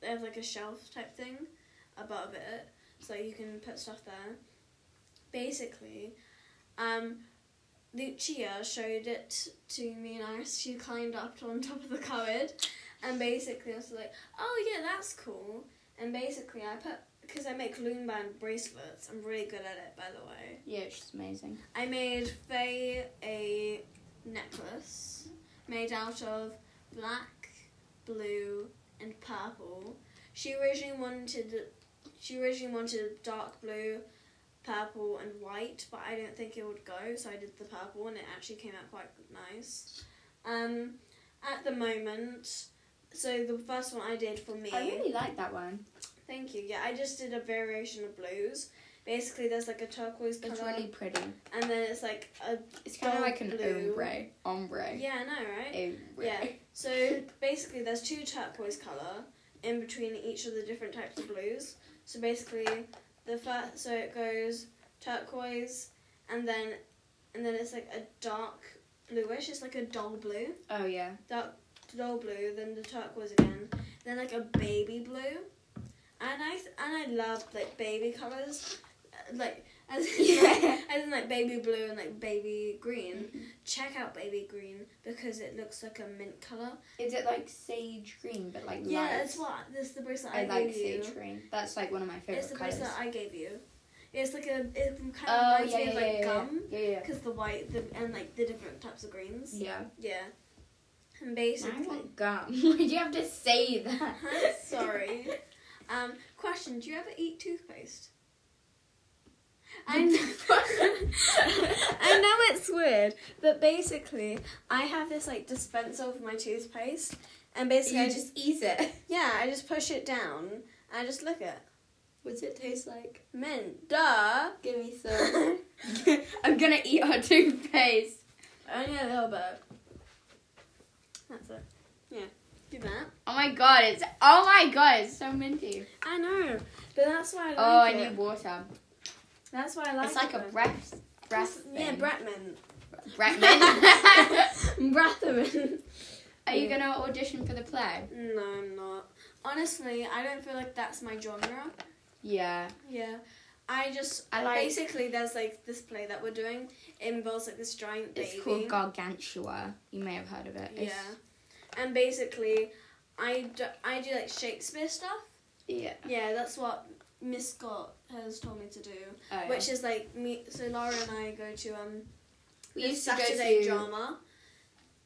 B: They have like a shelf type thing above it, so you can put stuff there. Basically, um, Lucia showed it to me and Iris. She climbed up on top of the cupboard, and basically I was like, "Oh yeah, that's cool." And basically I put because I make loom band bracelets. I'm really good at it, by the way.
A: Yeah, she's amazing.
B: I made Faye a necklace made out of black, blue, and purple. She originally wanted she originally wanted dark blue, purple, and white, but I didn't think it would go, so I did the purple, and it actually came out quite nice. Um, at the moment, so the first one I did for me.
A: I really like that one.
B: Thank you. Yeah, I just did a variation of blues Basically, there's like a turquoise
A: It's
B: colour,
A: really pretty.
B: and then it's like a.
A: It's kind of
B: dull
A: like an
B: blue.
A: ombre. Ombre.
B: Yeah, I know, right?
A: Ombre.
B: Yeah. So basically, there's two turquoise color in between each of the different types of blues. So basically, the first so it goes turquoise, and then and then it's like a dark bluish. It's like a dull blue,
A: Oh yeah.
B: dark dull blue. Then the turquoise again. Then like a baby blue, and I th- and I love like baby colors, Uh, like as in,
A: Yeah. Mm.
B: like, as in like baby blue and like baby green.
A: Mm-hmm.
B: Check out baby green because it looks like a mint color.
A: Is it like sage green, but like
B: Yeah,
A: light?
B: that's what. That's the bracelet I,
A: I like
B: gave you.
A: sage green. That's like one of my
B: It's
A: favorite
B: the
A: colors.
B: bracelet I gave you. It's like a. It kind of
A: Oh
B: reminds
A: yeah,
B: me
A: yeah,
B: of like
A: yeah, yeah.
B: gum
A: yeah, yeah.
B: because the white the, and like the different types of greens.
A: Yeah.
B: Yeah. And
A: I
B: basically,
A: want gum. Why do you have to say that?
B: I'm sorry. Um, question: Do you ever eat toothpaste? I know, I know it's weird, but basically, I have this like dispenser with my toothpaste, and basically, I
A: you
B: just
A: just eat it.
B: yeah, I just push it down, and I just look at. it.
A: What's it taste like?
B: Mint, duh.
A: Give me some.
B: Only
A: I'm gonna eat our toothpaste.
B: a little bit. That's it. Yeah. Do that.
A: Oh my god, it's oh my god, it's so minty.
B: I know, but that's why I like
A: oh, I
B: it.
A: need water.
B: That's why I like
A: it's
B: it.
A: like a
B: though.
A: breath, breath.
B: Yeah,
A: thing.
B: Brett mint.
A: Breath. mint.
B: Bretman.
A: Are you gonna audition for the play?
B: No, I'm not. Honestly, I don't feel like that's my genre.
A: Yeah.
B: Yeah. I just
A: I like-
B: basically there's like this play that we're doing. It involves like this giant baby.
A: It's called Gargantua. You may have heard of it.
B: Yeah.
A: It's-
B: And basically, I do, I do like Shakespeare stuff.
A: Yeah.
B: Yeah, that's what Miss Scott has told me to do,
A: Oh, yeah.
B: which is like me. So Laura and I go to um
A: we
B: this
A: used to go
B: Saturday
A: to
B: drama.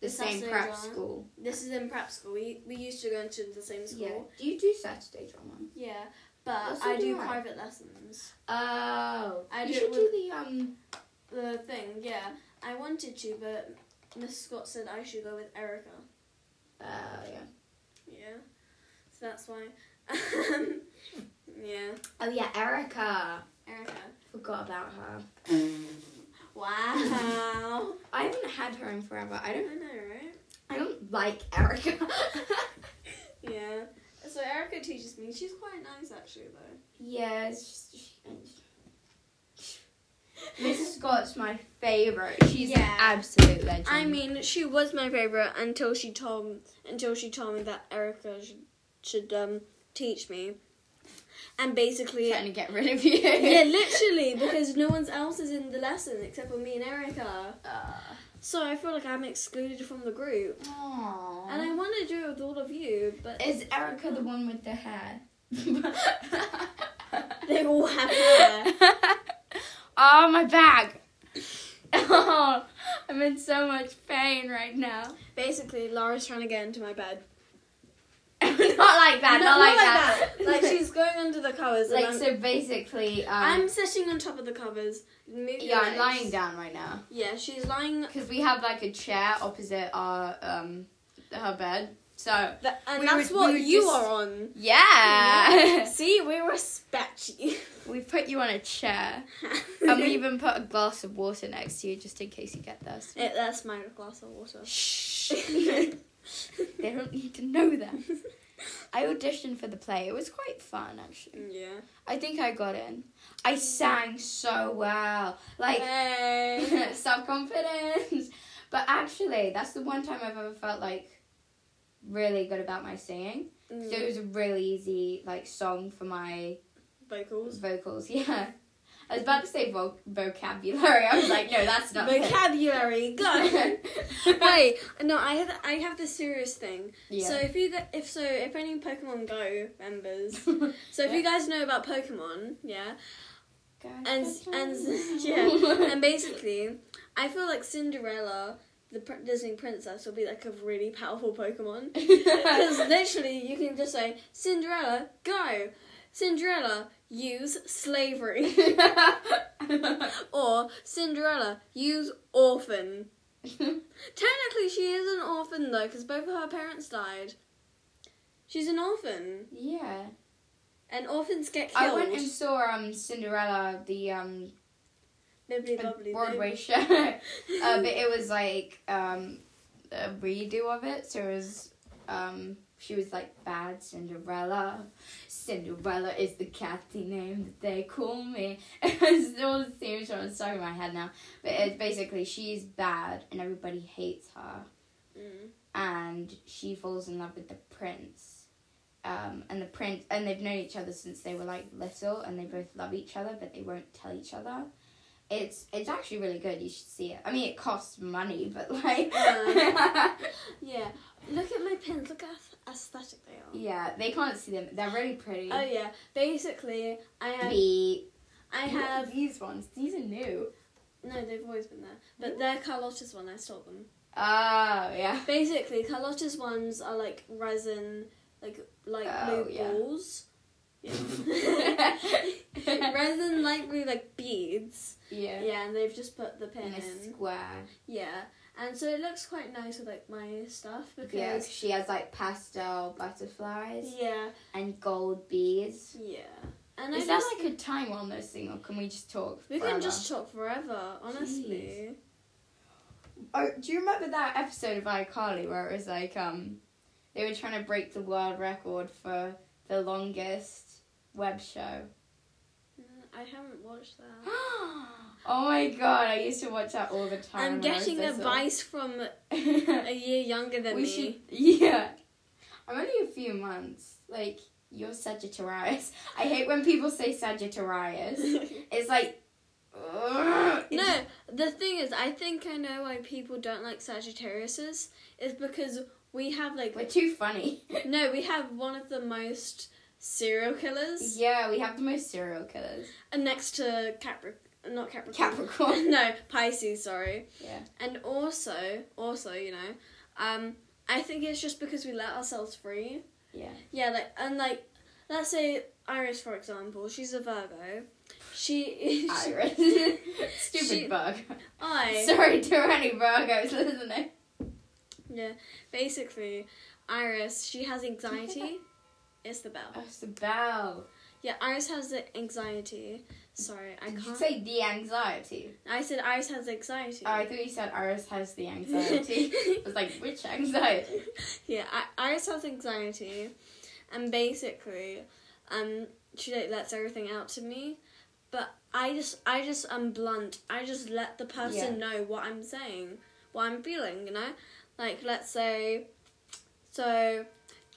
A: the
B: the
A: same
B: Saturday
A: prep
B: drama.
A: school.
B: This is in prep school. We we used to go into the same
A: Yeah.
B: school.
A: Do you do Saturday drama?
B: Yeah, but
A: Also
B: I do
A: do I.
B: private lessons.
A: Oh.
B: I
A: you
B: do-
A: should do the um.
B: The thing, yeah, I wanted to, but Miss Scott said I should go with Erica.
A: Uh, yeah.
B: Yeah, so that's why. yeah,
A: Oh yeah, Erica.
B: Erica.
A: Forgot about her.
B: Wow.
A: I haven't had her in forever. I
B: I
A: don't.
B: know, right?
A: I don't like Erica.
B: Yeah. So Erica teaches me. She's quite nice, actually, though.
A: yeah. It's just, Mrs. Scott's my favorite. She's
B: Yeah.
A: an absolute legend.
B: I mean, she was my favorite until she told until she told me that Erica should, should um teach me, and basically,
A: trying to get rid of you.
B: yeah, literally, because no one else is in the lesson except for me and Erica. So I feel like I'm excluded from the group,
A: Aww.
B: and I want to do it with all of you, but
A: Is Erica the one with the hair?
B: they all have hair.
A: oh, my back. Oh, I'm in so much pain right now.
B: Basically, Laura's trying to get into my bed.
A: not like that, not, like, that.
B: like she's going under the covers. and
A: like
B: I'm-
A: so basically um
B: I'm sitting on top of the covers. Move your
A: yeah, I'm
B: legs.
A: lying down right now
B: Yeah, she's lying.
A: because we have like a chair opposite our um her bed. So
B: Th- and
A: We
B: that's
A: would-
B: what
A: we would
B: you
A: just-
B: are on.
A: yeah,
B: See, we respect you.
A: we put you on a chair and we even put a glass of water next to you just in case you get thirsty.
B: Yeah, that's my glass of water.
A: Shh. they don't need to know that. I auditioned for the play. It was quite fun actually.
B: yeah.
A: I think I got in. I sang so well. Like
B: Hey.
A: self confidence. But actually, that's the one time I've ever felt like really good about my singing. So
B: Mm.
A: it was a really easy like song for my
B: Vocals.
A: vocals. Yeah, I was about to say voc vocabulary. I was like, no, that's not it.
B: Vocabulary. Go. Wait. No, I have I have the serious thing. So
A: yeah.
B: if you gu- if so if any Pokemon Go members, so if you guys know about Pokemon, yeah, and and yeah, and basically, I feel like Cinderella, the pr- Disney princess, will be like a really powerful Pokemon because literally you can just say Cinderella go, Cinderella use slavery, or Cinderella use orphan. Technically, she is an orphan though because both of her parents died. She's an orphan.
A: yeah.
B: And orphans get killed.
A: I went and saw um Cinderella, the um
B: Nibbly bubbly
A: Broadway
B: nibbly.
A: show, uh, but it was like um a redo of it. So it was um she was like bad Cinderella. Cinderella is the catty name that they call me. It's all the same song it's stuck in my head now. But it's basically she's bad and everybody hates her
B: Mm.
A: and she falls in love with the prince. Um, and the prince, and they've known each other since they were like little, and they both love each other, but they won't tell each other. It's it's actually really good. You should see it. I mean, it costs money, but like,
B: Uh-huh. Yeah. Look at my pins. Look how aesthetic they are.
A: yeah, they can't see them. They're really pretty.
B: Oh yeah. Basically, I have.
A: The-
B: I have.
A: these ones. These are new.
B: No, they've always been there. But they're Carlotta's one. I stole them.
A: Oh yeah.
B: Basically, Carlotta's ones are like resin, like light
A: Oh,
B: blue
A: yeah.
B: balls. Yeah. resin light blue like beads.
A: yeah.
B: Yeah, and they've just put the pin
A: In a
B: in.
A: square.
B: Yeah, and so it looks quite nice with like my stuff
A: Yeah,
B: because
A: 'cause she has like pastel butterflies
B: yeah,
A: and gold bees.
B: yeah. And I
A: Is there
B: just
A: like a time on this thing, or can we just talk?
B: we
A: forever?
B: can just talk forever, honestly.
A: Oh, do you remember that episode of iCarly where it was like um, they were trying to break the world record for the longest web show?
B: Mm, I haven't watched that.
A: oh my god, I used to watch that all the time.
B: I'm
A: when I was
B: getting
A: little.
B: advice from a year younger than
A: we
B: me.
A: should, yeah. I'm only a few months. Like you're Sagittarius. I hate when people say Sagittarius. it's like. ugh, it's
B: No, the thing is, I think I know why people don't like Sagittariuses is because we have like
A: We're too funny.
B: no, we have one of the most serial killers
A: yeah, we have the most serial killers.
B: and next to Capri, not Capricorn,
A: Capricorn.
B: no Pisces, sorry.
A: Yeah.
B: And also, also, you know, um, I think it's just because we let ourselves free.
A: Yeah.
B: Yeah, like and like, let's say Iris, for example, she's a Virgo. She, she
A: Iris. Stupid
B: She-
A: bug.
B: I
A: Sorry to any Virgos listening.
B: Yeah, basically, Iris, she has anxiety. it's the bell.
A: Oh, it's the bell.
B: Yeah, Iris has the anxiety. Sorry, I
A: Did you
B: can't.
A: say the anxiety?
B: I said Iris has anxiety.
A: Oh, I thought you said Iris has the anxiety. I was like, which anxiety?
B: yeah, I- Iris has anxiety, and basically, um, she like lets everything out to me, but I just, I just am blunt. I just let the person know what I'm saying, what I'm feeling. You know, like let's say, so,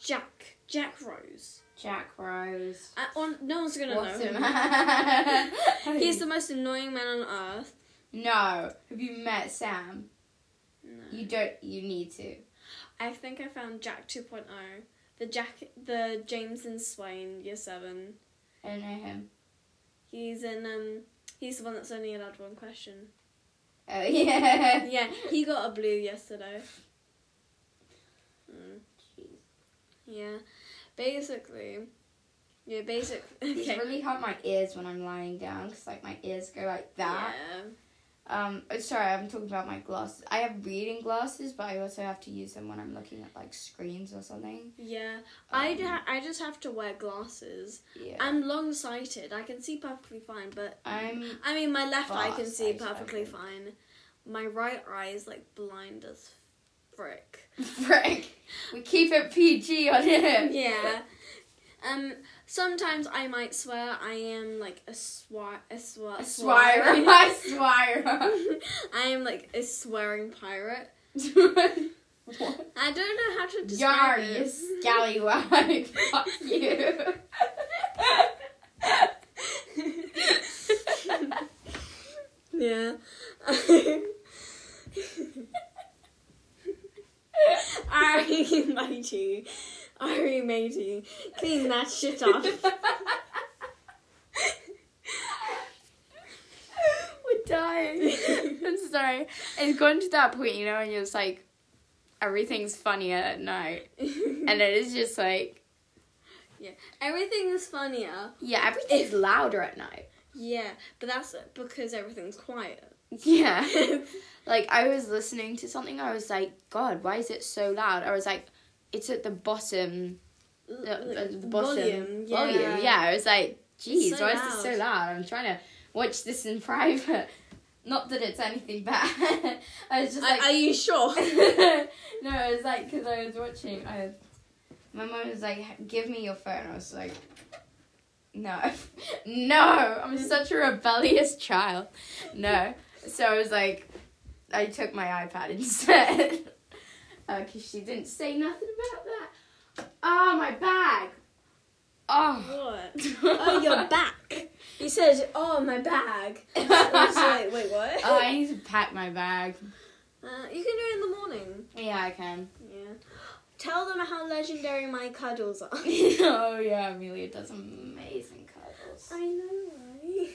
B: Jack, Jack Rose.
A: Jack Rose.
B: I, on, no one's gonna
A: What's
B: know.
A: the
B: him.
A: matter?
B: He's the most annoying man on earth.
A: No. Have you met Sam?
B: No.
A: You don't. You need to.
B: I think I found Jack 2.0. The Jack, the James and Swain, year seven.
A: I don't know him.
B: He's in. Um, he's the one that's only allowed one question.
A: Oh yeah.
B: Yeah, he got a blue yesterday. Mm,
A: Jeez.
B: yeah, basically. Yeah, basically.
A: These really hurt my ears when I'm lying down because like my ears go like that.
B: Yeah.
A: Um, oh, sorry, I'm talking about my glasses. I have reading glasses, but I also have to use them when I'm looking at like screens or something.
B: Yeah, I,
A: Um,
B: ha- I just have to wear glasses.
A: Yeah.
B: I'm long sighted. I can see perfectly fine, but
A: I'm
B: I mean, my left eye can
A: Fast
B: see
A: eyes,
B: perfectly
A: okay.
B: fine. My right eye is like blind as frick.
A: Frank. We keep it PG on here.
B: Yeah. Um. Sometimes I might swear I am like a swear a swear
A: A Swira. I swira.
B: I am like a swearing pirate.
A: What?
B: I don't know how to
A: Yar,
B: describe
A: you
B: it.
A: scallywag. Fuck you.
B: yeah. Ari matey, Ari matey, clean that shit up.
A: We're dying. I'm sorry. It's gotten to that point, you know, and you're just like, everything's funnier at night. And it is just like,
B: Everything is funnier.
A: yeah, everything's louder at night.
B: Yeah, but that's because everything's quiet.
A: Yeah. like, I was listening to something, I was like, God, why is it so loud? I was like, it's at the bottom Boston.
B: volume, yeah.
A: Volume, yeah. It was like, geez,
B: so
A: why is this so
B: loud.
A: loud? I'm trying to watch this in private. Not that it's anything bad. I was just like,
B: are, are you sure?
A: no, it was like because I was watching. I was, my mom was like, "Give me your phone." I was like, "No, no, I'm such a rebellious child." No, so I was like, I took my iPad instead because she didn't say nothing about that. Oh, my bag. Oh.
B: what? Oh, your back. You said, oh, my bag. I was like, wait, what?
A: oh, I need to pack my bag.
B: Uh, you can do it in the morning.
A: Yeah, I can.
B: Yeah. Tell them how legendary my cuddles are.
A: oh yeah, Amelia does amazing cuddles.
B: I know, right?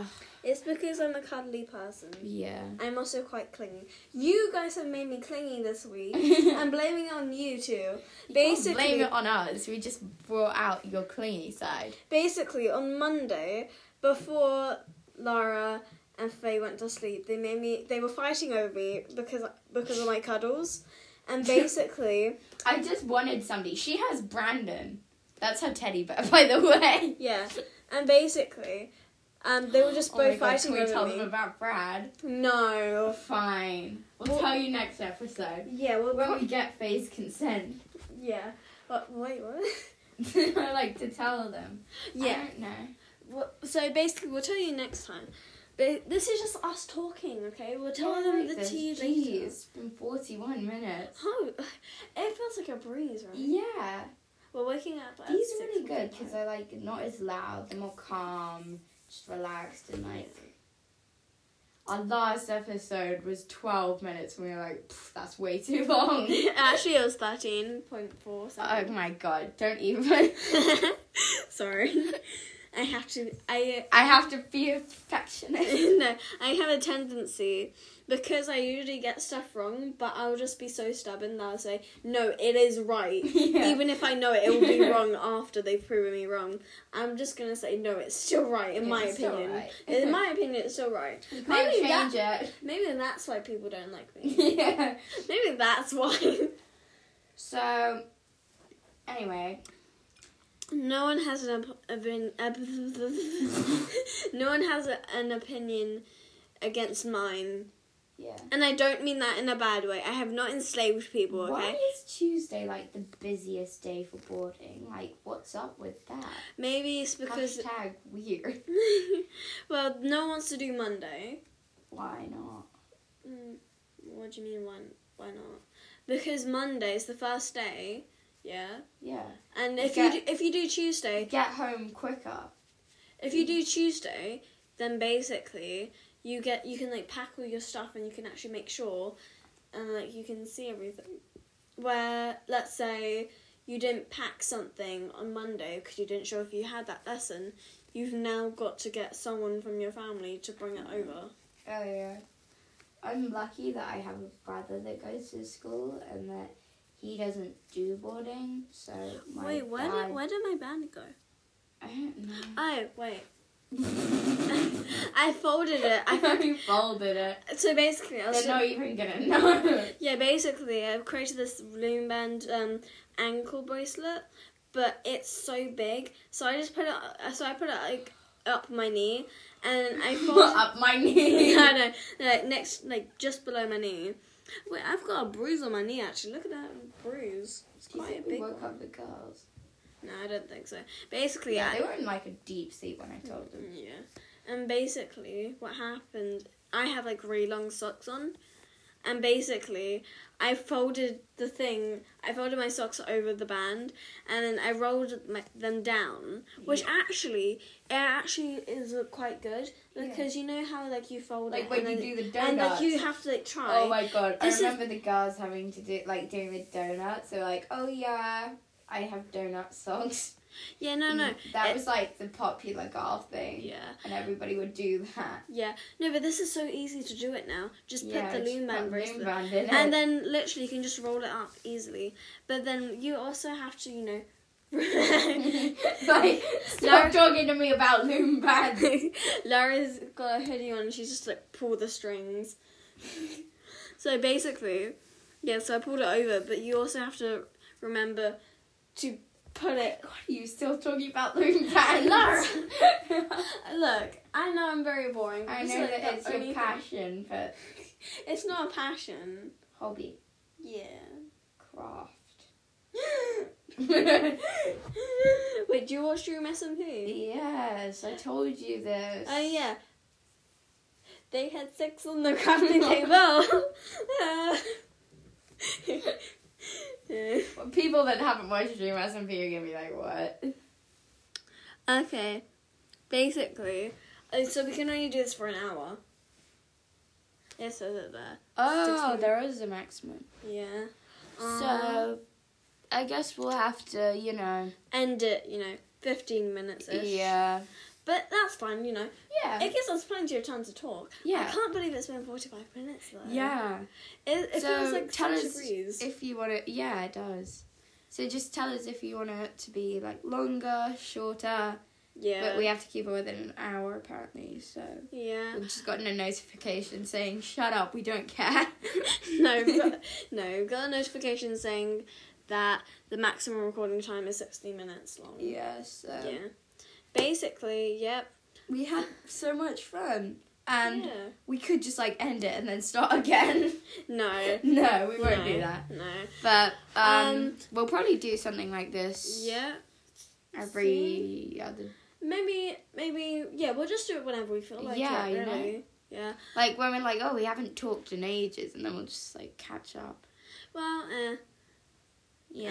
A: Ugh.
B: It's because I'm a cuddly person.
A: Yeah.
B: I'm also quite clingy. You guys have made me clingy this week. I'm blaming it on you two. Basically,
A: blame it on us. We just brought out your clingy side.
B: basically on Monday, before Lara and Faye went to sleep, they made me. They were fighting over me because because of my cuddles, and basically,
A: I just wanted somebody. She has Brandon. That's her teddy bear, by the way.
B: yeah, and basically, um, they were just
A: Oh my
B: both
A: god,
B: fighting
A: can we
B: over
A: tell
B: me.
A: them about Brad?
B: no.
A: Fine. We'll
B: Well-
A: tell you next episode.
B: Yeah. Well.
A: When we get Faye's consent,
B: yeah. What, wait. What?
A: I like to tell them. I
B: Yeah.
A: don't know.
B: Well, so basically, we'll tell you next time. But this is just us talking, okay? We'll tell
A: Yeah,
B: them
A: like
B: the
A: this.
B: tea
A: Jeez,
B: later.
A: It's been 41 minutes.
B: Oh, it feels like a breeze, right?
A: Yeah.
B: We're waking up. At
A: These are
B: six
A: really good
B: forty-five.
A: because they're like not as loud, they're more calm, just relaxed, and like our last episode was 12 minutes, and we were like, "Pff, that's way too long.
B: Actually, it was thirteen point four.
A: oh my god, don't even.
B: Sorry, I have to. I
A: I have to be a perfectionist.
B: no, I have a tendency because I usually get stuff wrong, but I'll just be so stubborn that I'll say no, it is right,
A: Yeah.
B: even if I know it, it will be wrong after they've proven me wrong. I'm just gonna say no, it's still right in
A: Yeah,
B: my
A: it's still
B: opinion.
A: right.
B: In my opinion, it's still right.
A: You can't
B: Maybe
A: change
B: Maybe that's why people don't like me.
A: it. yeah.
B: Maybe that's why.
A: So, anyway,
B: No one has an op- opin- op- no one has a, an opinion against mine,
A: yeah.
B: and I don't mean that in a bad way. I have not enslaved people. Okay,
A: Why is Tuesday like the busiest day for boarding? Like, what's up with that?
B: maybe it's because
A: Hashtag weird.
B: well, no one wants to do Monday.
A: Why not?
B: Mm, what do you mean? Why? Why not? Because Monday is the first day. Yeah,
A: Yeah.
B: and
A: You
B: if you
A: get-
B: do, if you do Tuesday,
A: Get home quicker.
B: If you do Tuesday, then basically you get you can like pack all your stuff and you can actually make sure and like you can see everything. Where let's say you didn't pack something on Monday because you didn't sure if you had that lesson, you've now got to get someone from your family to bring it over.
A: Oh yeah. I'm lucky that I have a brother that goes to school and that he doesn't do boarding, so my
B: wait, where
A: dad,
B: did where did my band go?
A: I don't know.
B: Oh wait, I folded it. I
A: folded it.
B: so basically I was
A: They're not even gonna know.
B: Yeah, basically, I've created this loom band um, ankle bracelet, but it's so big, so I just put it. uh, So I put it like up my knee, and I folded.
A: up my knee.
B: no, no, no, like next, like just below my knee. Wait, I've got a bruise on my knee. Actually, look at that bruise. It's
A: Do you
B: quite
A: think
B: a
A: we
B: big
A: woke
B: one.
A: up the girls?
B: No, I don't think so. Basically,
A: Yeah,
B: I,
A: they were in like a deep sleep when I told them.
B: yeah. And basically, what happened, I have like really long socks on. And basically, I folded the thing, I folded my socks over the band, and then I rolled my, them down. Which
A: Yeah.
B: actually, it actually is uh, quite good. Because you know how like you fold
A: Like
B: it
A: when
B: and,
A: you
B: then-
A: do the donuts.
B: and like you have to like try.
A: Oh my god!
B: This is-
A: I remember the girls having to do like doing the donuts. They were like, "Oh yeah, I have donut songs."
B: yeah, no, no.
A: that
B: it-
A: was like the popular girl thing,
B: Yeah,
A: and everybody would do that.
B: yeah. No, but this is so easy to do it now. Just put the
A: just
B: loom
A: put
B: band
A: loom
B: bracelet
A: band in
B: and
A: it.
B: then literally you can just roll it up easily. But then you also have to, you know.
A: like, stop talking to me about loom band.
B: Lara's got a hoodie on. She's just like pull the strings. so basically, yeah. So I pulled it over, but you also have to remember to put it.
A: God, are you still talking about Loom Pants?
B: Laura. Look, I know I'm very boring. but
A: I
B: this
A: know
B: is
A: that
B: the
A: it's your
B: only-
A: passion, but
B: It's not a passion.
A: hobby,
B: Yeah.
A: craft.
B: Wait, do you watch Drew SMP?
A: yes, I told you this.
B: Oh yeah. They had sex on the crafting table. Uh.
A: Well, people that haven't watched Dream SMP are gonna be like, what?
B: Okay, basically, uh, so we can only do this for an hour. Yes, so that there.
A: Oh,
B: Sixteen.
A: there is a maximum.
B: Yeah. Um,
A: So, I guess we'll have to, you know. uh,
B: end it. You know, fifteen minutes.
A: Yeah.
B: But that's fine. You know,
A: Yeah.
B: it gives us plenty of time to talk. I
A: yeah.
B: can't believe it's been forty-five minutes though.
A: Yeah.
B: It, it
A: So,
B: feels like
A: tell
B: such
A: us
B: degrees.
A: If you want to, yeah, it does. So just tell us if you want it to be like longer, shorter,
B: yeah.
A: but we have to keep it within an hour apparently. So
B: yeah.
A: we've just gotten a notification saying, "Shut up, we don't care."
B: no, we've got, no, we've got a notification saying that the maximum recording time is sixty minutes long.
A: yeah. So
B: Yeah. Basically, yep.
A: we had so much fun, and
B: yeah.
A: we could just like end it and then start again.
B: No.
A: no, we won't
B: no,
A: do that.
B: No.
A: But um,
B: Um,
A: we'll probably do something like this.
B: Yeah.
A: Every other,
B: Maybe maybe yeah, we'll just do it whenever we feel like
A: Yeah,
B: it,
A: you know.
B: really. Yeah.
A: like when we're like, oh, we haven't talked in ages, and then we'll just like catch up.
B: Well, eh, yeah.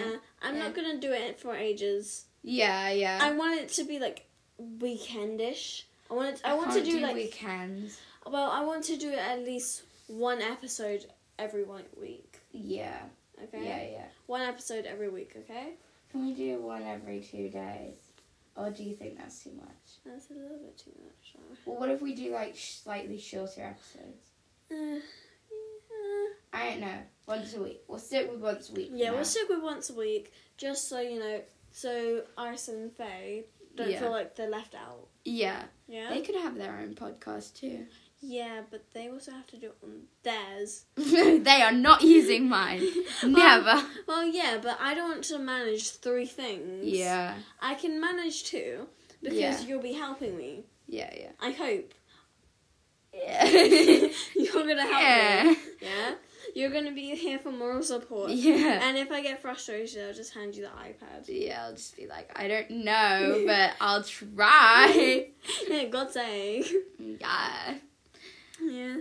A: Yeah. Uh,
B: I'm
A: yeah.
B: not gonna do it for ages.
A: Yeah, yeah.
B: I want it to be like weekendish. I want it, I, want to
A: can't
B: do, like
A: weekends.
B: well, I want to do at least one episode every one week.
A: Yeah.
B: Okay?
A: Yeah, yeah.
B: One episode every week, okay?
A: Can we do one every two days? Or do you think that's too much?
B: That's a little bit too much. though.
A: Well, what if we do like slightly shorter episodes?
B: Eh, yeah.
A: I don't know. Once a week. We'll stick with once a week. for
B: Yeah,
A: now.
B: we'll stick with once a week, just so you know, so Iris and Faye don't
A: Yeah.
B: feel like they're left out.
A: yeah.
B: Yeah.
A: They could have their own podcast too.
B: yeah, but they also have to do it on theirs.
A: they are not using mine. Never.
B: Well, yeah, but I don't want to manage three things.
A: yeah.
B: I can manage two because
A: Yeah.
B: you'll be helping me.
A: Yeah, yeah.
B: I hope.
A: Yeah.
B: You're gonna help
A: yeah.
B: me. Yeah. You're gonna be here for moral support.
A: Yeah.
B: And if I get frustrated, I'll just hand you the iPad.
A: Yeah, I'll just be like, I don't know, but I'll try.
B: Yeah, God's sake.
A: Yeah.
B: Yeah.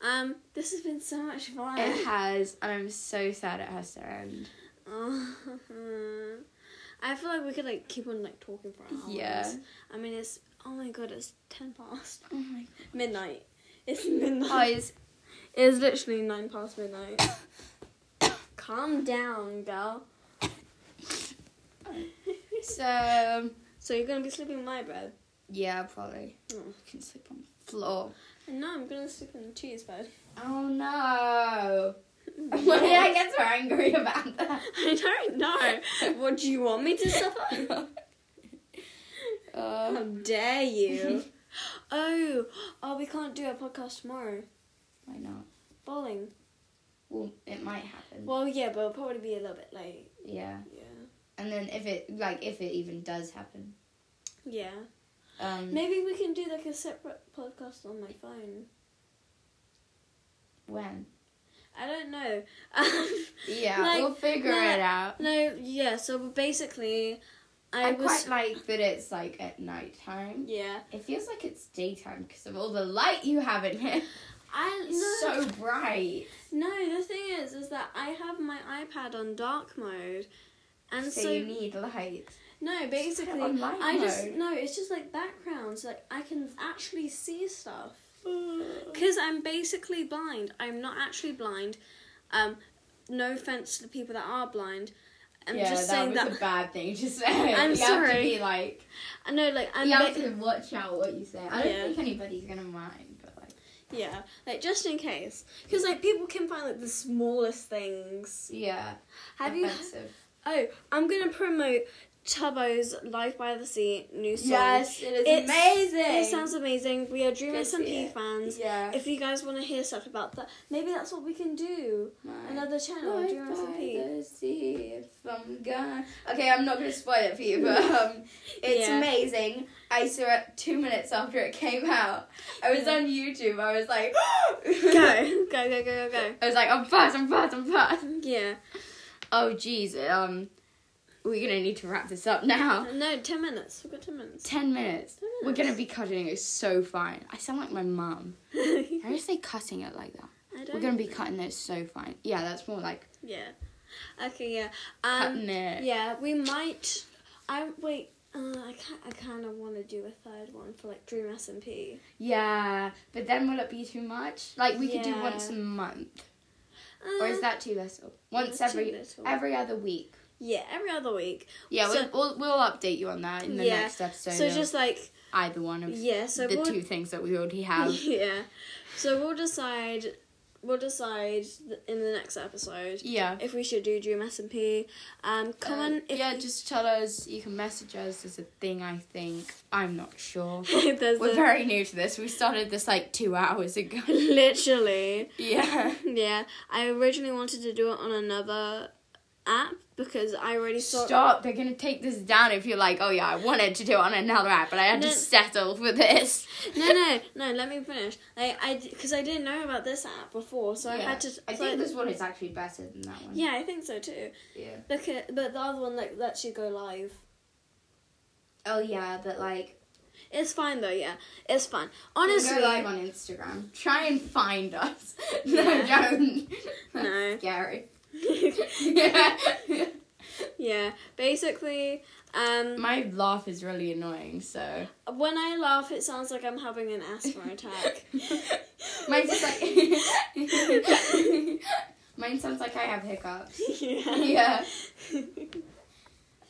B: Um, this has been so much fun.
A: It has, and I'm so sad it has to end.
B: I feel like we could like keep on like talking for hours.
A: Yeah.
B: I mean, it's oh my god, it's ten past
A: Oh my
B: midnight. It's midnight.
A: Guys,
B: it's literally nine past midnight. Calm down, girl.
A: so
B: So you're gonna be sleeping in my bed.
A: yeah, probably.
B: Oh.
A: I can sleep on the floor.
B: And no, I'm gonna sleep in the cheese bed.
A: Oh no. I get so angry about that.
B: I don't know. What do you want me to suffer? How
A: Uh,
B: dare you? oh, oh, we can't do a podcast tomorrow.
A: why not?
B: Bowling.
A: Well, it might happen.
B: Well, yeah, but it'll probably be a little bit late.
A: Yeah,
B: Yeah.
A: and then if it like if it even does happen,
B: Yeah.
A: um,
B: Maybe we can do like a separate podcast on my phone.
A: when?
B: I don't know. Um,
A: Yeah,
B: Like,
A: we'll figure
B: no,
A: it out.
B: no, yeah. So basically, I,
A: I,
B: was
A: quite like that it's like at night time.
B: yeah.
A: It feels like it's daytime because of all the light you have in here.
B: I
A: It's
B: no,
A: so bright.
B: no. The thing is, is that I have my iPad on dark mode, and so,
A: so, you need light.
B: no. Basically,
A: on light
B: I just
A: mode.
B: no. It's just like background. So like I can actually see stuff because I'm basically blind. I'm not actually blind. Um, no offense to the people that are blind. I'm
A: yeah,
B: just
A: that
B: saying
A: was
B: that.
A: a bad thing to say.
B: I'm
A: you Have
B: sorry.
A: to be like,
B: I know, like I'm.
A: you
B: ba-
A: have to watch out what you say. I don't
B: Yeah.
A: think anybody's gonna mind, but like,
B: Yeah, like just in case, because like people can find like the smallest things.
A: yeah,
B: Have you?
A: offensive.
B: Oh, I'm gonna promote Tubbo's Life by the Sea new song.
A: Yes, it is
B: It's-
A: amazing.
B: It sounds amazing. We are Dream
A: Go see
B: SMP
A: it.
B: fans.
A: yeah.
B: If you guys want to hear stuff about that, maybe that's what we can do. Another channel,
A: Life
B: Dream SMP.
A: by the sea, if I'm gone. Okay, I'm not gonna spoil it for you, but um, it's
B: Yeah.
A: amazing. I saw it two minutes after it came out. I was
B: Yeah.
A: on YouTube. I was like,
B: Go, go, go, go, go, go.
A: I was like, I'm fast, I'm fast, I'm fast.
B: Yeah.
A: Oh jeez, um, we're gonna need to wrap this up now.
B: No, 10 minutes. We've got 10 minutes.
A: Ten minutes.
B: Ten
A: We're gonna
B: minutes.
A: be cutting it so fine. I sound like my mum. How is they cutting it like that?
B: I don't
A: We're gonna be cutting it so fine. Yeah, that's more like
B: Yeah. Okay, yeah. Um,
A: cutting it.
B: yeah, we might. I wait. Uh, I can I kind of want to do a third one for like Dream S and P.
A: Yeah, but then will it be too much? Like we could do
B: Yeah.
A: once a month,
B: Uh,
A: or is that too little? Once
B: too
A: every
B: little.
A: every other week.
B: yeah every other week?
A: Yeah,
B: So-
A: we'll, we'll we'll update you on that in the
B: Yeah,
A: next episode.
B: so
A: of
B: just like
A: either one of
B: yeah, so
A: the
B: we'll
A: two things that we already have.
B: yeah, so we'll decide we'll decide th- in the next episode
A: yeah.
B: if we should do Dream S and P. Um, comment
A: Um,
B: if
A: yeah, just tell us. You can message us. There's a thing I think. I'm not sure.
B: there's
A: We're
B: a,
A: very new to this. We started this like two hours ago.
B: literally.
A: yeah.
B: Yeah, I originally wanted to do it on another app because I already saw.
A: Stop. They're going to take this down if you're like, oh yeah, I wanted to do it on another app, but I had to
B: No.
A: settle for this.
B: No, no, no. Let me finish. Like I, because I didn't know about this app before, so I
A: Yeah.
B: had to.
A: I
B: so
A: think this one is actually better than that one.
B: Yeah, I think so too.
A: Yeah.
B: Because, but the other one like lets you go live.
A: Oh yeah, but like
B: It's fine though. Yeah, it's fine.
A: honestly,
B: Honestly,
A: go live on Instagram. Try and find us.
B: Yeah.
A: No, don't.
B: No.
A: Scary.
B: yeah. Basically, um,
A: My laugh is really annoying. So
B: when I laugh, it sounds like I'm having an asthma attack.
A: mine's just like. Mine sounds like I have hiccups. Yeah.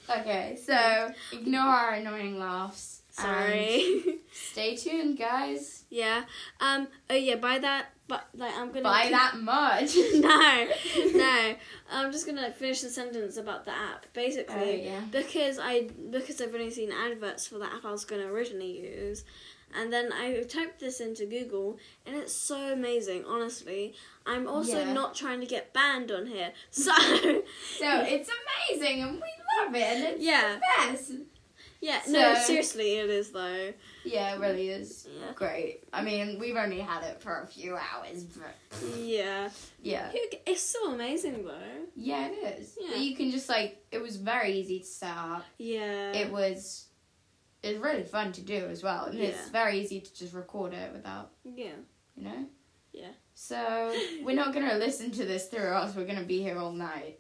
A: Okay, so ignore our annoying laughs. and
B: Sorry.
A: Stay tuned, guys.
B: Yeah. Um. Oh yeah. Buy that. But like, I'm gonna
A: Buy
B: keep-
A: that much.
B: no, no. I'm just gonna finish the sentence about the app. Basically,
A: Oh, yeah.
B: because I because I've only seen adverts for the app I was gonna originally use, and then I typed this into Google, and it's so amazing. Honestly, I'm also
A: Yeah.
B: not trying to get banned on here, so
A: So it's amazing and we love it and it's
B: Yeah.
A: the best.
B: yeah. no,
A: So-
B: seriously, it is though.
A: Yeah, it really is
B: Yeah.
A: great. I mean, we've only had it for a few hours, but
B: Yeah,
A: yeah.
B: Who ca- it's so amazing though.
A: Yeah, it is.
B: Yeah.
A: You can just like, it was very easy to set up.
B: Yeah,
A: It was, it's really fun to do as well. And it's
B: Yeah.
A: very easy to just record it without,
B: yeah.
A: you know?
B: Yeah.
A: So we're not going to listen to this through us. We're going to be here all night.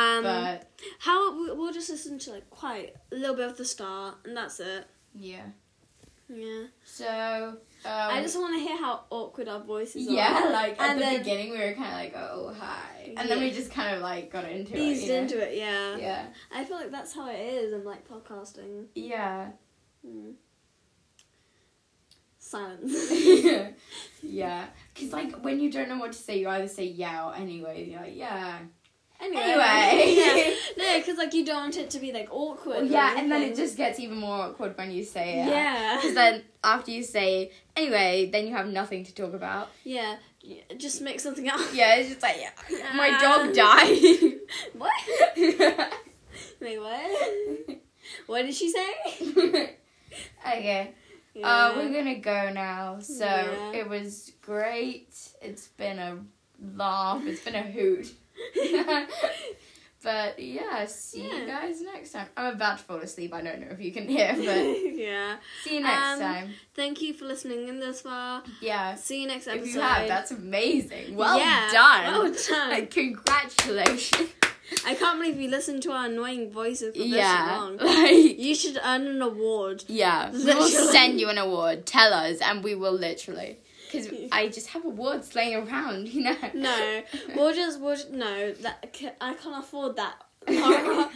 B: Um,
A: but
B: how we- we'll just listen to like quite a little bit of the start, and that's it.
A: yeah.
B: Yeah.
A: So, um,
B: I just want to hear how awkward our voices are.
A: Yeah, like at
B: and
A: the
B: then
A: beginning we were kind of like, oh hi, and then we
B: Yeah.
A: just kind of like got into
B: eased
A: it. you know?
B: into it. Yeah.
A: Yeah,
B: I feel like that's how it is in like podcasting.
A: yeah,
B: Mm. Silence.
A: yeah, Because like when you don't know what to say, you either say yeah or anyway. You're like yeah,
B: anyway.
A: Anyway.
B: yeah. No, because like you don't want it to be like awkward.
A: Well,
B: or
A: yeah, and then it
B: anything.
A: just gets even more awkward when you say it.
B: Yeah.
A: Because then after you say anyway, then you have nothing to talk about.
B: yeah. yeah. Just make something up.
A: Yeah, it's just like yeah, my dog
B: Um,
A: died.
B: What? Wait, what? What did she say?
A: okay.
B: Yeah.
A: Uh, we're gonna go now. So
B: Yeah.
A: it was great. It's been a laugh. It's been a hoot. but yeah, see
B: Yeah.
A: you guys next time. I'm about to fall asleep. I don't know if you can hear, but
B: yeah.
A: see you next
B: Um,
A: time.
B: Thank you for listening in this far.
A: Yeah.
B: See you next episode.
A: If you have, that's amazing. Well
B: Yeah.
A: done.
B: Well done.
A: And congratulations.
B: I can't believe you listened to our annoying voices for this
A: yeah.
B: long.
A: Like
B: You should earn an award.
A: yeah. We'll
B: Literally.
A: send you an award. Tell us, and we will literally. Because I just have awards laying around, you know.
B: No, we'll just we'll just, no. That I can't afford that Laura.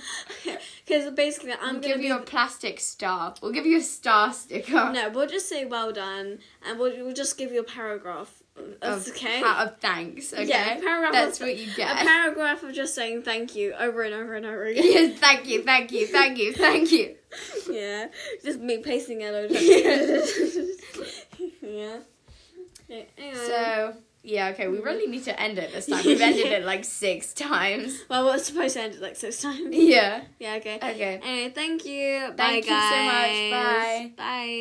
B: Because basically, I'm
A: I'm
B: gonna
A: give
B: be.
A: you a plastic star. We'll give you a star sticker.
B: No, we'll just say well done, and we'll, we'll just give you a paragraph. That's
A: of,
B: okay.
A: pa- of thanks. Okay.
B: Yeah, paragraph
A: That's
B: of-
A: what you
B: A
A: get.
B: paragraph of just saying thank you over and over and over again.
A: Yes, thank you, thank you, thank you, thank you.
B: yeah, just me pasting it over. yeah. yeah. anyway.
A: So yeah, okay, we really need to end it this time. We've ended it like six times.
B: well, we're supposed to end it like six times.
A: Yeah.
B: Yeah. Okay.
A: Okay.
B: Anyway, thank you. Bye,
A: Thank you so much.
B: guys.
A: Bye.
B: Bye.